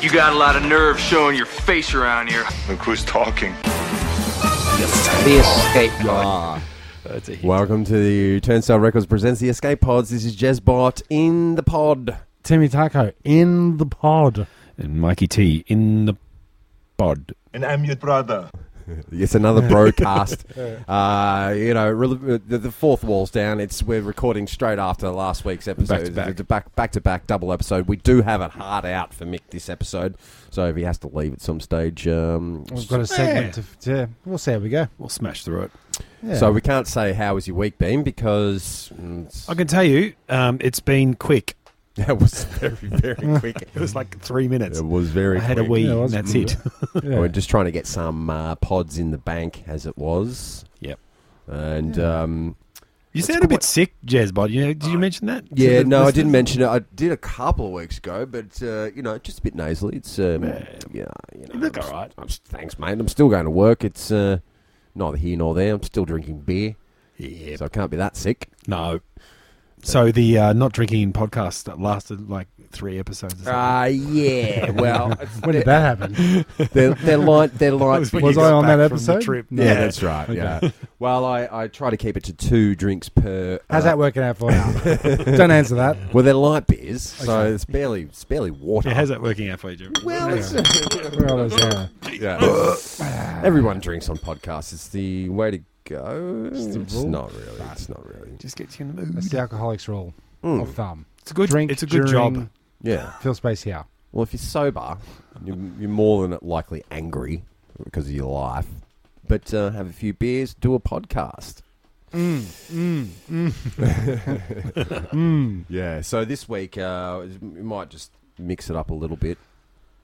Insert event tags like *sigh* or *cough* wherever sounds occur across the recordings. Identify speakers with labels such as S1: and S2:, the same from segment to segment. S1: You got a lot of nerve showing your face around here.
S2: Look who's talking.
S3: The escape pod.
S4: That's a hit.
S5: Welcome to the Turnstile Records presents the Escape Pods. This is Jez Bart in the pod.
S6: Timmy Taco in the pod.
S4: And Mikey T in the pod.
S2: And I'm your brother.
S5: It's another broadcast. uh, you know, re- the, the fourth wall's down. It's we're recording straight after last week's episode.
S4: Back to back.
S5: It's a back, back to back double episode. We do have it hard out for Mick this episode, so if he has to leave at some stage, um,
S6: We've got a segment to, yeah, we'll see how we go.
S4: We'll smash through it.
S6: Yeah.
S5: so we can't say how has your week been because mm, it's-
S4: I *laughs* can tell you, um, it's been quick.
S5: that was very very quick.
S4: It was like three minutes.
S5: *laughs* It was very.
S4: I had a
S5: quick.
S4: wee.
S6: Yeah, it
S4: and
S6: was-
S4: that's it.
S6: yeah.
S5: We're just trying to get some uh, pods in the bank, as it was.
S4: Yep.
S5: And
S6: Yeah.
S5: um,
S4: You sound a bit sick, Jez, but you know, did you mention that? to
S5: yeah,
S4: the
S5: no, I
S4: listeners?
S5: didn't mention it. I did a couple of weeks ago, but uh, you know, just a bit nasally. It's um, yeah, you know,
S4: look
S5: I'm-
S4: all right.
S5: I'm, thanks, mate. I'm still going to work. It's uh, neither here nor there. I'm still drinking beer,
S4: Yeah,
S5: so I can't be that sick.
S4: no. So the uh, not drinking in podcast that lasted like three episodes. Or something.
S6: Ah,
S5: Uh, yeah. Well,
S6: *laughs* when did that happen?
S5: *laughs* they're, they're light. They're light.
S4: when
S6: was
S4: you
S6: I
S4: got
S6: on that
S4: back from the
S6: episode?
S4: trip.
S5: Yeah, that's right. Yeah. Well, I, I try to keep it to two drinks per.
S6: How's
S5: uh,
S6: that working out for you?
S4: *laughs*
S6: Don't answer that.
S5: Well, they're light beers, so it's barely it's barely water.
S4: Yeah, how's that working out for you, Jim?
S5: well, it's,
S6: We're always, uh,
S5: *laughs* yeah. Everyone drinks on podcasts. It's the way to go.
S6: the
S5: It's
S6: rule.
S5: not really. It's not really.
S4: just gets you in the mood.
S6: that's the alcoholic's rule
S4: Hmm.
S5: Mm.
S6: of thumb.
S4: It's a good
S6: Drink
S4: It's a good
S6: during-
S4: job.
S5: Yeah.
S6: Feel space here.
S5: Well, if you're sober, you're, you're more than likely angry because of your life. But uh, have a few beers, do a podcast. *laughs* Yeah. So this week, uh, we might just mix it up a little bit.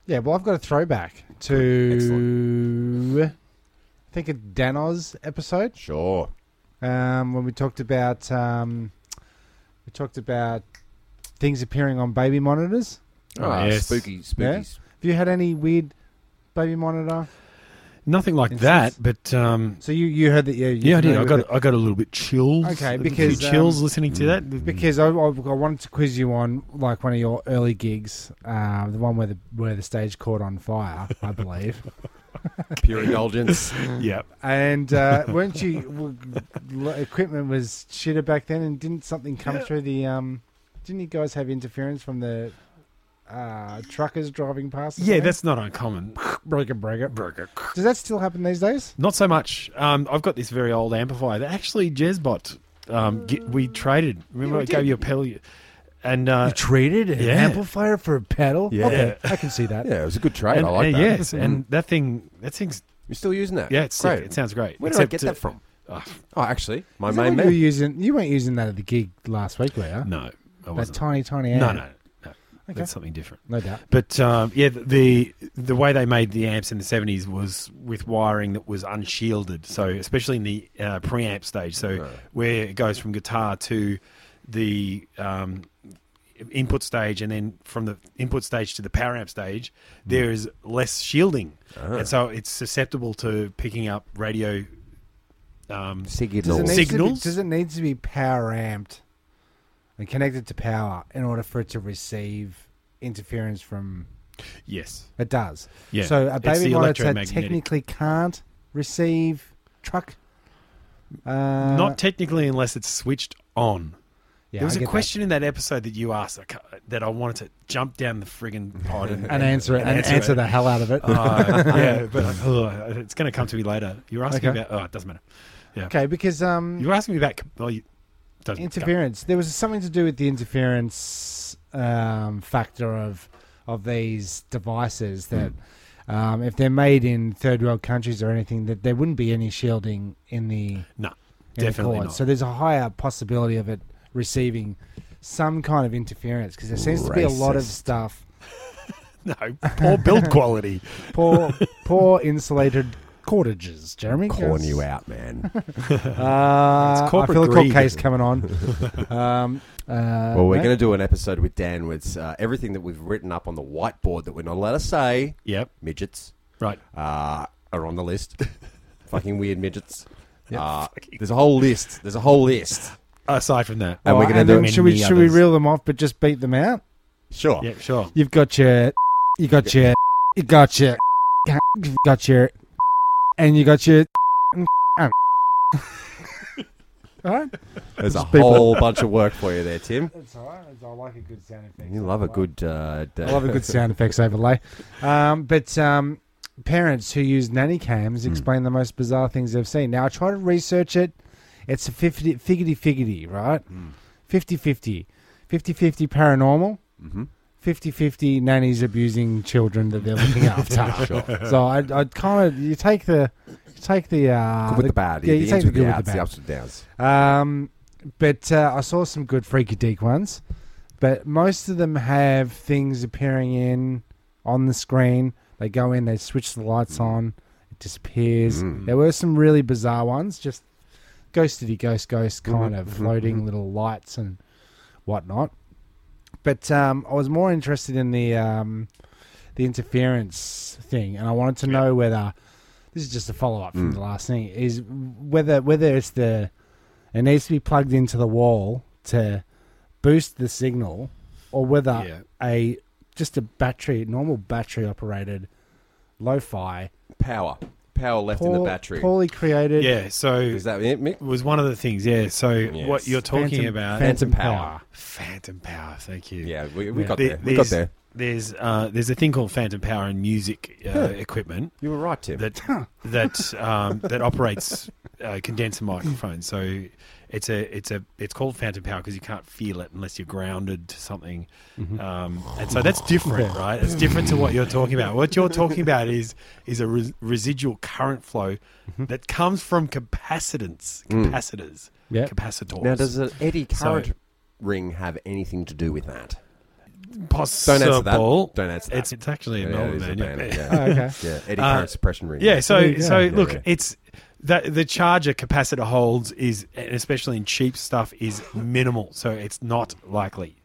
S6: Yeah, well, I've got a throwback to I think a Danos episode
S5: Sure.
S6: um, when we talked about um, we talked about things appearing on baby monitors.
S4: Oh,
S5: Ah,
S4: yes.
S5: Spooky, spooky.
S6: Yeah. Have you had any weird baby monitor?
S4: Nothing like
S6: Instance.
S4: that, but um,
S6: So you you heard that? Yeah, you're
S4: Yeah, I did.
S6: familiar
S4: I
S6: with
S4: got
S6: it.
S4: I got a little bit chills.
S6: Okay,
S4: A few
S6: because,
S4: chills
S6: um,
S4: listening to that.
S6: because I, I, I wanted to quiz you on like one of your early gigs, uh, the one where the where the stage caught on fire,
S4: *laughs*
S6: I believe.
S5: Pure
S6: *laughs*
S5: indulgence.
S4: Yeah,
S6: and uh, weren't you w- l- equipment was shitter back then? And didn't something come through the? Um, didn't you guys have interference from the uh, truckers driving past? or
S4: yeah,
S6: something?
S4: that's not uncommon. *laughs*
S6: break it, break it.
S4: Burger.
S6: Does that still happen these days?
S4: Not so much. Um, I've got this very old amplifier that actually Jezbot. Um, ge- we traded. Remember, I gave you a pedal, and uh,
S6: traded an
S4: yeah.
S6: amplifier for a pedal.
S5: Yeah.
S6: okay, I can see that.
S5: yeah, it was a good trade.
S4: and,
S5: I like
S4: and
S5: that. Mm.
S4: yes, and that thing, that thing's
S5: You're still using that?
S4: yeah, it's
S5: great.
S4: Sick. It sounds great.
S5: Where did I
S4: Except,
S5: get
S4: uh,
S5: that from?
S4: ah,
S5: Oh, actually, my
S6: Is that
S5: main
S6: what you were
S5: man.
S6: using? You weren't using that at the gig last week, were you?
S4: uh, no, I
S6: That
S4: wasn't.
S6: tiny, tiny.
S4: no,
S6: amp.
S4: no, no. That's something different.
S6: no doubt.
S4: But um, yeah, the the way they made the amps in the seventies was with wiring that was unshielded. So especially in the uh, preamp stage, so where it goes from guitar to the um, input stage, and then from the input stage to the power amp stage,
S6: Hmm.
S4: there is less shielding,
S6: Ah.
S4: and so it's susceptible to picking up radio. Um,
S6: Does it,
S5: Signals.
S6: need
S4: Signals?
S6: To be, does it need to be power amped and connected to power in order for it to receive interference from?
S4: yes,
S6: It does.
S4: yeah.
S6: So a
S4: It's
S6: baby
S4: the
S6: monitor
S4: electromagnetic.
S6: technically can't receive truck. Uh,
S4: Not technically, unless it's switched on.
S6: yeah,
S4: there was
S6: I
S4: a
S6: get that.
S4: question in that episode that you asked I ca- that I wanted to jump down the
S6: *laughs*
S4: friggin' pod and,
S6: and answer it and, answer,
S4: it.
S6: the hell out of it.
S4: Uh, yeah, but ugh, it's going to come to me later. You were asking
S6: Okay.
S4: about. Oh, it doesn't matter.
S6: *laughs* okay, because um,
S4: You were asking me about. com- Well, you, doesn't
S6: interference. There was something to do with the interference um, factor of of these devices that. Um, if they're made in third world countries or anything, that there wouldn't be any shielding in the in
S4: No,
S6: the
S4: definitely
S6: cord.
S4: not.
S6: So there's a higher possibility of it receiving some kind of interference because there seems to be a lot of
S5: Racist.
S6: stuff
S4: *laughs* no, poor
S5: *laughs*
S4: build quality.
S6: poor poor insulated cordages. Jeremy,
S5: Calling
S6: Yes.
S5: you out,
S6: *laughs*
S5: man.
S6: Uh,
S4: It's corporate
S6: I feel a court
S4: greed.
S6: case coming on. um, uh,
S5: well, we're
S6: no?
S5: going to do an episode with Dan with uh, everything that we've written up on the whiteboard that we're not allowed to say.
S4: Yep.
S5: Midgets
S4: Right.
S5: uh, are on the
S6: *laughs*
S5: list. Fucking weird midgets.
S4: Yeah,
S5: Uh,
S4: fucking-
S5: there's a whole list. There's a whole
S6: *laughs*
S5: list.
S4: Aside from that,
S5: And we're
S6: Right,
S5: going to do
S6: then
S4: it
S6: Should we
S4: many
S6: should we
S4: others.
S6: reel them off, but just beat them out?
S5: Sure.
S4: yeah, sure.
S6: You've got your You got your, you got your, you got your, and you got your. *laughs* All right.
S5: There's a whole bunch of work for you there, Tim.
S6: That's all right. I like a good sound effect.
S5: You love a good. Uh, d-
S6: I
S5: *laughs*
S6: love a good sound effects overlay. Um, but um, parents who use nanny cams
S5: Hmm.
S6: explain the most bizarre things they've seen. Now, I try to research it. It's a 50, figgity figgity, right?
S5: Hmm.
S6: 50 50. 50 50 paranormal.
S5: mm-hmm.
S6: 50 50 nannies abusing children that
S5: *laughs*
S6: they're looking after. So I, I'd kind of, you take the. you Take the uh,
S5: Good with the bad.
S6: Yeah, you
S5: the
S6: take
S5: ins
S6: the
S5: with
S6: good
S5: the
S6: with
S5: outs,
S6: the
S5: the
S6: bad.
S5: ups and downs.
S6: Um, but uh, I saw some good freaky deek ones, but most of them have things appearing in on the screen. They go in, they switch the lights on, it disappears. There were some really bizarre ones, just ghostity ghost ghost kind of floating little lights and whatnot. But um, I was more interested in the um, the interference thing, and I wanted to know whether this is just a follow up from the last thing is whether whether it's the it needs to be plugged into the wall to boost the signal, or whether
S4: Yeah.
S6: a just a battery, normal battery operated lo-fi,
S5: Power. Power left in the
S6: poor-
S5: battery.
S6: poorly created,
S4: Yeah, so
S5: Is that it, Mick?
S4: was one of the things. Yeah, so what you're talking
S6: phantom-
S4: about,
S5: Phantom power.
S4: phantom power. Thank you.
S5: Yeah, we, we
S6: Yeah.
S5: got
S4: The-
S5: there. We got
S4: there's-
S5: there.
S4: There's uh, there's a thing called phantom power in music uh, equipment
S5: You were right, Tim.
S4: that
S5: *laughs*
S4: that um, that operates uh, condenser microphones. So it's a it's a it's called phantom power because you can't feel it unless you're grounded to something.
S5: Mm-hmm.
S4: Um, and so that's different, right? It's different to what you're talking about. What you're talking about is is a res- residual current flow
S5: Mm-hmm.
S4: that comes from capacitance, capacitors,
S6: Yeah.
S4: capacitors.
S5: Mm. now, does an eddy current
S4: So-
S5: ring have anything to do with that?
S4: possible?
S5: Don't answer that. Don't answer that.
S4: It's, it's actually
S5: Yeah,
S4: a
S5: it
S4: Melbourne
S5: is a
S4: man.
S5: banner,
S4: yeah.
S5: yeah.
S6: Oh, okay.
S5: Yeah, eddy
S4: Uh,
S5: current suppression ring.
S4: Yeah, so
S6: There you go.
S4: so
S6: Yeah,
S4: look,
S5: yeah.
S4: it's that the charger capacitor holds is, and especially in cheap stuff, is minimal. So it's not likely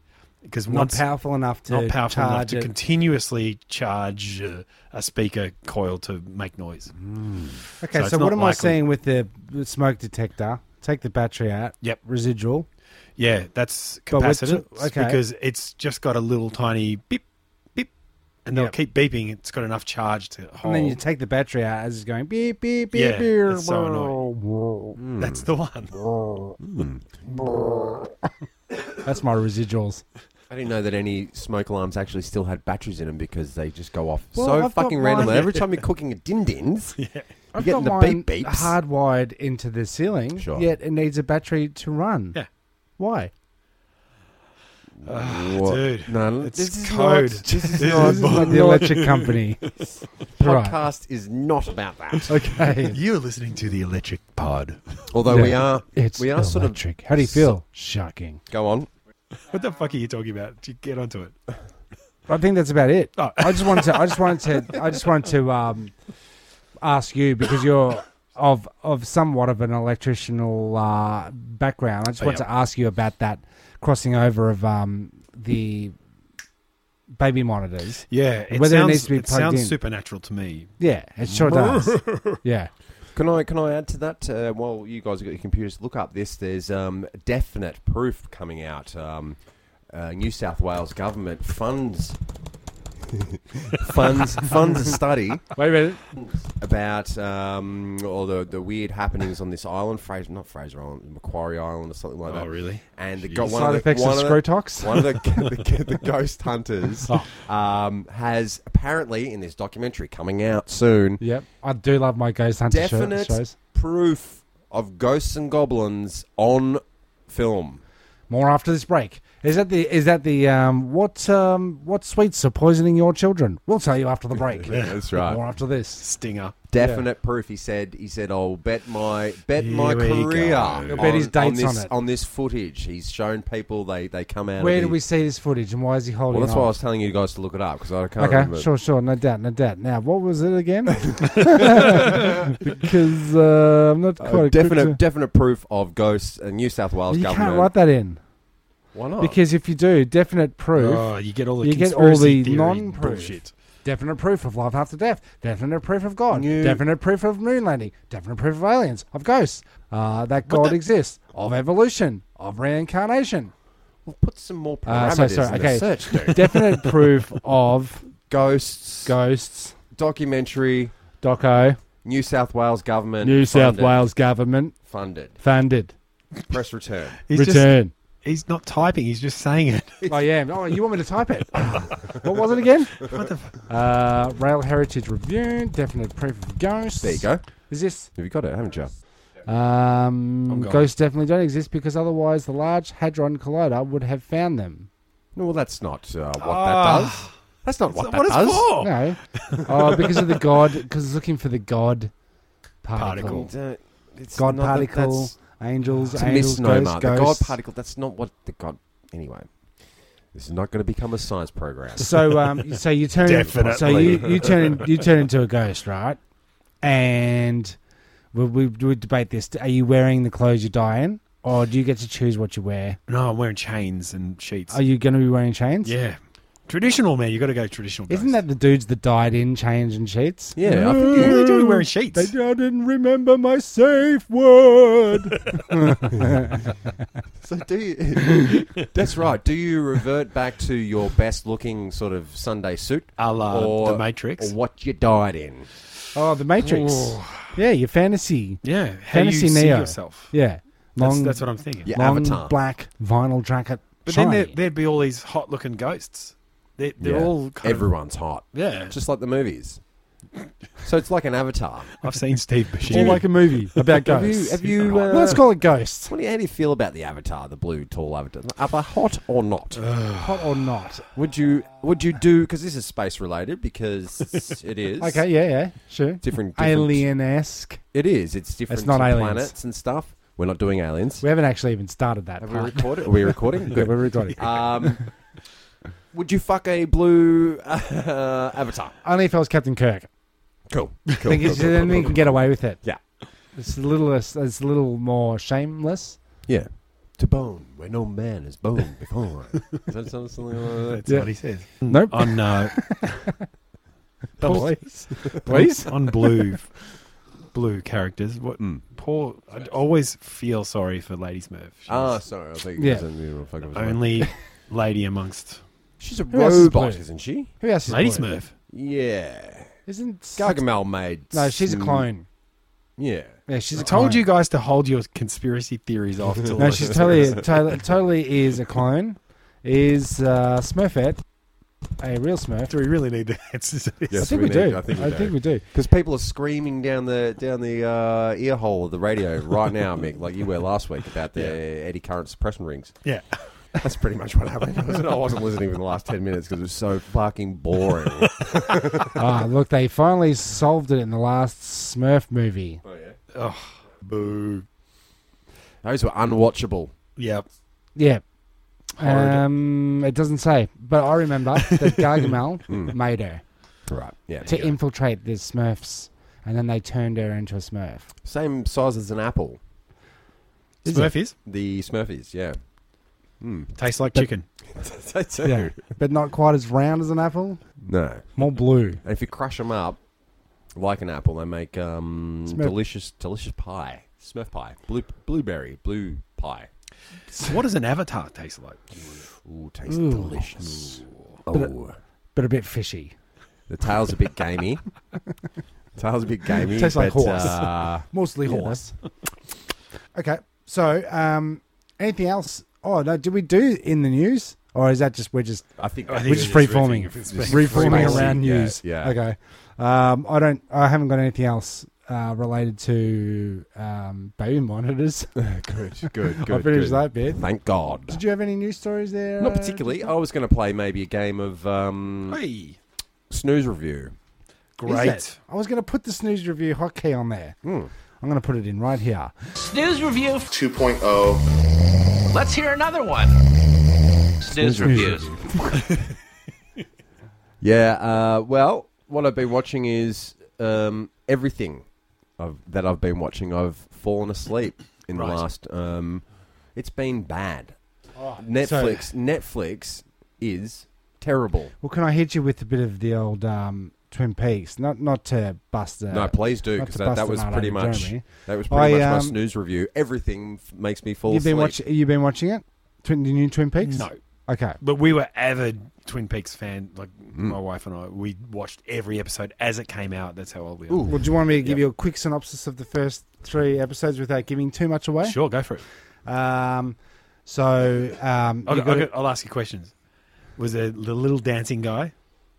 S4: because
S6: not
S4: once
S6: powerful enough to
S4: not powerful enough
S6: charge
S4: to
S6: it.
S4: continuously charge uh, a speaker coil to make noise.
S6: Mm-hmm.
S4: So
S6: Okay, so,
S4: it's not
S6: what am I
S4: likely.
S6: saying with the the smoke detector? Take the battery out.
S4: Yep.
S6: Residual.
S4: Yeah, that's
S6: But we're
S4: capacitance
S6: t- okay.
S4: because it's just got a little tiny beep beep, and they'll
S6: Yep.
S4: keep beeping. It's got enough charge to
S6: And
S4: hold.
S6: then you take the battery out as it's going beep, beep, beep,
S4: Yeah,
S6: beep.
S4: it's so annoying. that's
S6: Hmm.
S4: the one.
S6: Mm. That's my residuals.
S5: I didn't know that any smoke alarms actually still had batteries in them because they just go off
S6: Well,
S5: so
S6: I've got
S5: fucking
S6: mine-
S5: randomly. Every time you're cooking a din
S6: *laughs*
S5: dins, you're
S6: I've
S5: getting
S6: got
S5: the
S6: mine
S5: beep beeps.
S6: hardwired into the ceiling,
S5: Sure.
S6: yet it needs a battery to run.
S4: Yeah.
S6: Why?
S5: What?
S4: dude,
S5: no,
S4: it's
S5: this is
S4: code.
S5: Not, this is
S4: *laughs* This
S5: not.
S6: This is not the electric company. Right.
S5: podcast is not about that.
S6: *laughs* Okay.
S4: *laughs* You're listening to the Electric Pod.
S5: Although we
S6: Yeah.
S5: are,
S6: It's
S5: we are sort of
S6: electric. How do you feel? Shocking.
S5: go on.
S4: What the fuck are you talking about? Do you get onto it?
S6: I think that's about it.
S4: Oh.
S6: I just wanted to. I just wanted to. I just wanted to um, ask you because you're of of somewhat of an electricianal uh, background. I just
S4: Oh,
S6: want
S4: yeah.
S6: to ask you about that crossing over of um, the baby monitors.
S4: Yeah, it
S6: Whether it
S4: sounds,
S6: needs to be plugged
S4: sounds
S6: in.
S4: supernatural to me.
S6: Yeah, it sure does. yeah,
S5: Can I can I add to that? Uh, while you guys have got your computers, look up this. There's um, definite proof coming out. Um, uh, New South Wales government
S6: *laughs*
S5: funds funds funds a study
S6: wait a minute.
S5: about um, all the, the weird happenings on this island, Fraser, not Fraser Island, Macquarie Island or something like that.
S4: Oh, really?
S5: And the, got one
S6: Side
S5: of the,
S6: effects
S5: one
S6: of
S5: of the-
S6: Scrotox.
S5: one of the, *laughs* the, the ghost hunters um, has apparently in this documentary coming out soon
S6: *laughs* Yep, I do love my ghost hunter show-
S5: definite
S6: shows.
S5: proof of ghosts and goblins on film.
S6: More after this break. Is that the is that the um, what um, what sweets are poisoning your children? We'll tell you after
S5: *laughs*
S6: the break.
S5: That's right.
S6: More after this.
S4: Stinger.
S5: Definite proof. He said. He said, "I'll bet my bet my
S4: Here we go.
S5: career
S4: He'll
S6: bet his dates
S5: this,
S6: on it.
S5: this footage." He's shown people they they come out.
S6: Where
S5: of
S6: do
S5: the-
S6: we see this footage and why is he holding
S5: Well, that's
S6: on?
S5: why I was telling you guys to look it up because I can't
S6: Okay,
S5: remember.
S6: sure, sure, no doubt, no doubt. Now, what was
S5: *laughs*
S6: it again? *laughs* because uh, I'm not
S5: Uh,
S6: quite
S5: definite,
S6: equipped
S5: definite proof of ghosts. and New South
S6: to-
S5: Wales
S6: You
S5: government. Oh.
S6: can't write that in
S5: Why not?
S6: because if you do, definite proof,
S4: Oh, you get all the
S6: You get all
S4: conspiracy
S6: the
S4: theory
S6: non-proof.
S4: bullshit.
S6: definite proof of life after death, definite proof of God,
S5: You-
S6: definite proof of moon landing, definite proof of aliens, of ghosts, uh, that God exists, of evolution, of reincarnation,
S5: We'll put some more
S6: Uh,
S5: parameters
S6: so- so,
S5: in the
S6: *laughs* okay.
S5: search, dude.
S6: definite proof of
S5: Ghosts,
S6: Ghosts,
S5: documentary,
S6: Doco,
S5: New South Wales government,
S6: New South
S5: funded-
S6: Wales government
S5: funded.
S6: funded
S5: Press return.
S4: He's just
S6: return.
S4: he's not typing. He's just saying it.
S6: I am. Oh, you want me to type it? *laughs* what was it again? uh, Rail Heritage Review, definite proof of ghosts.
S5: There you go. Have
S6: Is this
S5: you got it? Haven't you?
S6: um,
S4: gone.
S6: ghosts definitely don't exist because otherwise the Large Hadron Collider would have found them.
S5: No, well, that's not uh, what that
S4: Ah.
S5: does. That's not what
S4: What
S5: that
S4: is
S5: does.
S4: for?
S6: No, oh, because of the God. Because it's looking for the God particle,
S4: Particle.
S5: Uh, it's
S6: God
S5: not that-
S6: particle,
S5: that's-
S6: angels,
S5: It's a
S6: angels,
S5: misnomer.
S6: ghosts,
S5: the God
S6: ghosts.
S5: particle. That's not what the God. Anyway, this is not going to become a science
S6: *laughs*
S5: program.
S6: So um, so you turn
S4: Definitely.
S6: So you, you turn you turn into a ghost, right? And we we, we debate this. Are you wearing the clothes you die in, or do you get to choose what you wear?
S4: No, I'm wearing chains and sheets.
S6: Are you going to be wearing chains?
S4: yeah, traditional man. You got to go traditional.
S6: Isn't that the dudes that died in chains and sheets?
S5: yeah, I think
S4: What are
S5: you-
S4: *laughs* they
S6: Mm.
S4: doing wearing sheets?
S6: I didn't remember my safe word.
S5: so. Do you? *laughs* that's right. Do you revert back to your best looking sort of Sunday suit,
S4: a la
S5: or
S4: the Matrix.
S5: or what you died in?
S6: *laughs* oh, the Matrix.
S4: Ooh.
S6: Yeah, your fantasy.
S4: yeah, how do you
S6: Fantasy
S4: see
S6: Neo.
S4: yourself.
S6: Yeah,
S4: That's,
S6: long
S4: that's what I'm thinking.
S5: Yeah,
S6: long
S5: Avatar.
S6: black vinyl jacket.
S4: But then there,
S6: shiny.
S4: there'd be all these hot looking ghosts. They're, they're
S5: Yeah.
S4: all kind
S5: Everyone's hot,
S4: Of,
S6: *laughs*
S4: yeah,
S5: just like the movies. So it's like an avatar.
S4: I've seen Steve
S6: Or
S4: Buscemi.
S6: like a movie *laughs* about
S5: Have
S6: ghosts.
S5: you? Have you? Uh,
S6: Well, let's call
S5: *sighs*
S6: it ghosts.
S5: What do you, how do you feel about the avatar, the blue tall avatar? Are they hot or not?
S6: Hot or not?
S5: Would you? Would you do? Because this is space related.
S6: *laughs*
S5: Because it is.
S6: Okay, yeah, yeah, sure.
S5: Different, different
S6: Alien esque.
S5: It is. It's different.
S6: not
S5: to
S6: aliens.
S5: planets and stuff. We're not doing aliens.
S6: We haven't actually even started that.
S5: Have we
S6: part.
S5: recorded? Are
S6: *laughs*
S5: we recording?
S6: Yeah,
S5: Good.
S6: we're
S5: *laughs*
S6: recording.
S5: Um,
S6: *laughs*
S5: would you fuck a blue uh, *laughs* avatar?
S6: Only if I was Captain Kirk.
S5: Cool.
S6: *laughs* I think it's- then we can get away with it.
S5: Yeah.
S6: It's a little, less- it's a little more shameless.
S5: Yeah. To bone where no man is bone before. *laughs* is that something something like that?
S4: That's what he says.
S6: Nope.
S4: On uh, *laughs*
S6: Please. Please.
S4: on blue, blue characters. What poor? I always feel sorry for Lady Smurf. She's
S5: Ah, sorry. I think
S6: Yeah.
S5: yeah. fuck up
S4: only lady amongst
S5: She's a
S6: Who else is
S5: robot,
S6: blue?
S5: isn't she?
S6: Who else is
S4: Lady
S6: blue?
S4: Smurf.
S5: Yeah.
S6: Isn't
S5: Gargamel made.
S6: No, she's a
S5: some-
S6: clone.
S5: Yeah.
S6: Yeah, she's
S4: I
S6: a
S4: told
S6: clone.
S4: you guys to hold your conspiracy theories off. Till
S5: *laughs*
S4: *laughs*
S6: No, she's totally, totally, totally is a clone. Is uh, Smurfette a real Smurf?
S4: Do we really need to answer this?
S5: Yes,
S6: I think
S5: we
S6: we,
S5: need-
S6: do.
S5: I think we do.
S6: do.
S5: Because people are screaming down the down the uh, ear hole of the radio right *laughs* now, Mick, like you were last week about the eddy current suppression rings.
S4: Yeah.
S5: That's pretty much what happened. I wasn't- I wasn't listening for the last ten minutes because it was so fucking boring. *laughs*
S6: Ah, *laughs* look, they finally solved it in the last Smurf movie.
S4: Boo.
S5: Those were unwatchable.
S4: Yep.
S6: Yeah.
S4: Horrid.
S6: Um, it doesn't say, but I
S5: *laughs*
S6: remember that Gargamel made her
S5: Right. Hmm. Yeah.
S6: to infiltrate the Smurfs, and then they turned her into a Smurf.
S5: *laughs* Same size as an apple.
S6: Is
S4: Smurf is
S5: The Smurfies. Yeah. Hmm.
S4: tastes like chicken.
S5: They do.
S6: Yeah, but not quite as round as an apple.
S5: *laughs* No.
S6: More blue.
S5: And if you crush them up like an apple, they make um,
S6: Smurf.
S5: delicious delicious pie. Smurf pie. Blue blueberry blue pie.
S4: what does an avatar taste like?
S5: Ooh, tastes
S6: Ooh.
S5: delicious. Oh.
S6: But a bit fishy.
S5: The tail's a bit
S6: *laughs*
S5: gamey. tail's a bit gamey.
S6: Tastes like
S5: but,
S6: horse.
S5: Uh,
S6: Mostly
S5: Yeah,
S6: horse. okay, so um, anything else? Oh no, did we do in the news, or is that just we're just
S5: I think.
S4: I think
S6: We're
S4: We're
S6: just
S4: just
S6: free-forming.
S4: riffing. It's been
S6: reforming
S5: freelancing,
S6: around
S5: yeah,
S6: news.
S5: yeah.
S6: Okay. Um, I don't. I haven't got anything else uh, related to um, baby monitors. *laughs*
S5: good, good, good.
S6: I finished
S5: good.
S6: that bit.
S5: Thank God.
S6: Did you have any news stories there?
S5: Not
S6: uh,
S5: particularly. I was going to play maybe a game of um,
S4: Hey,
S5: snooze review.
S6: Is
S4: great.
S6: it? I was going to put the snooze review hotkey on there. I'm going to put it in right here.
S7: Snooze review.
S8: 2.0.
S7: Let's hear another one. Snooze reviews.
S5: Yeah. Uh, well, what I've been watching is um, everything I've, that I've been watching. I've fallen asleep in the
S4: Right.
S5: last. Um, it's been bad.
S6: Oh,
S5: Netflix. Netflix is terrible.
S6: Well, can I hit you with a bit of the old um, Twin Peaks? Not not to bust the.
S5: No, please do
S6: not
S5: because
S6: to
S5: that,
S6: bust
S5: that
S6: the
S5: was
S6: nut
S5: pretty
S6: out of
S5: much
S6: Jeremy.
S5: that was pretty much
S6: I,
S5: my
S6: um,
S5: snooze review. Everything f- makes me fall
S6: You've been
S5: asleep.
S6: watching. You've been watching it. Twin, the new Twin Peaks.
S4: No,
S6: Okay.
S4: But we were avid Twin Peaks fan. Like
S6: Hmm.
S4: my wife and I, we watched every episode as it came out. That's how old we are.
S6: Well, do you want me to give you a quick synopsis of the first three episodes without giving too much away?
S4: Sure, Oh. go for it.
S6: Um, so, um,
S4: I'll,
S6: you
S4: I'll,
S6: gotta-
S4: I'll ask you questions. Was there the little dancing guy?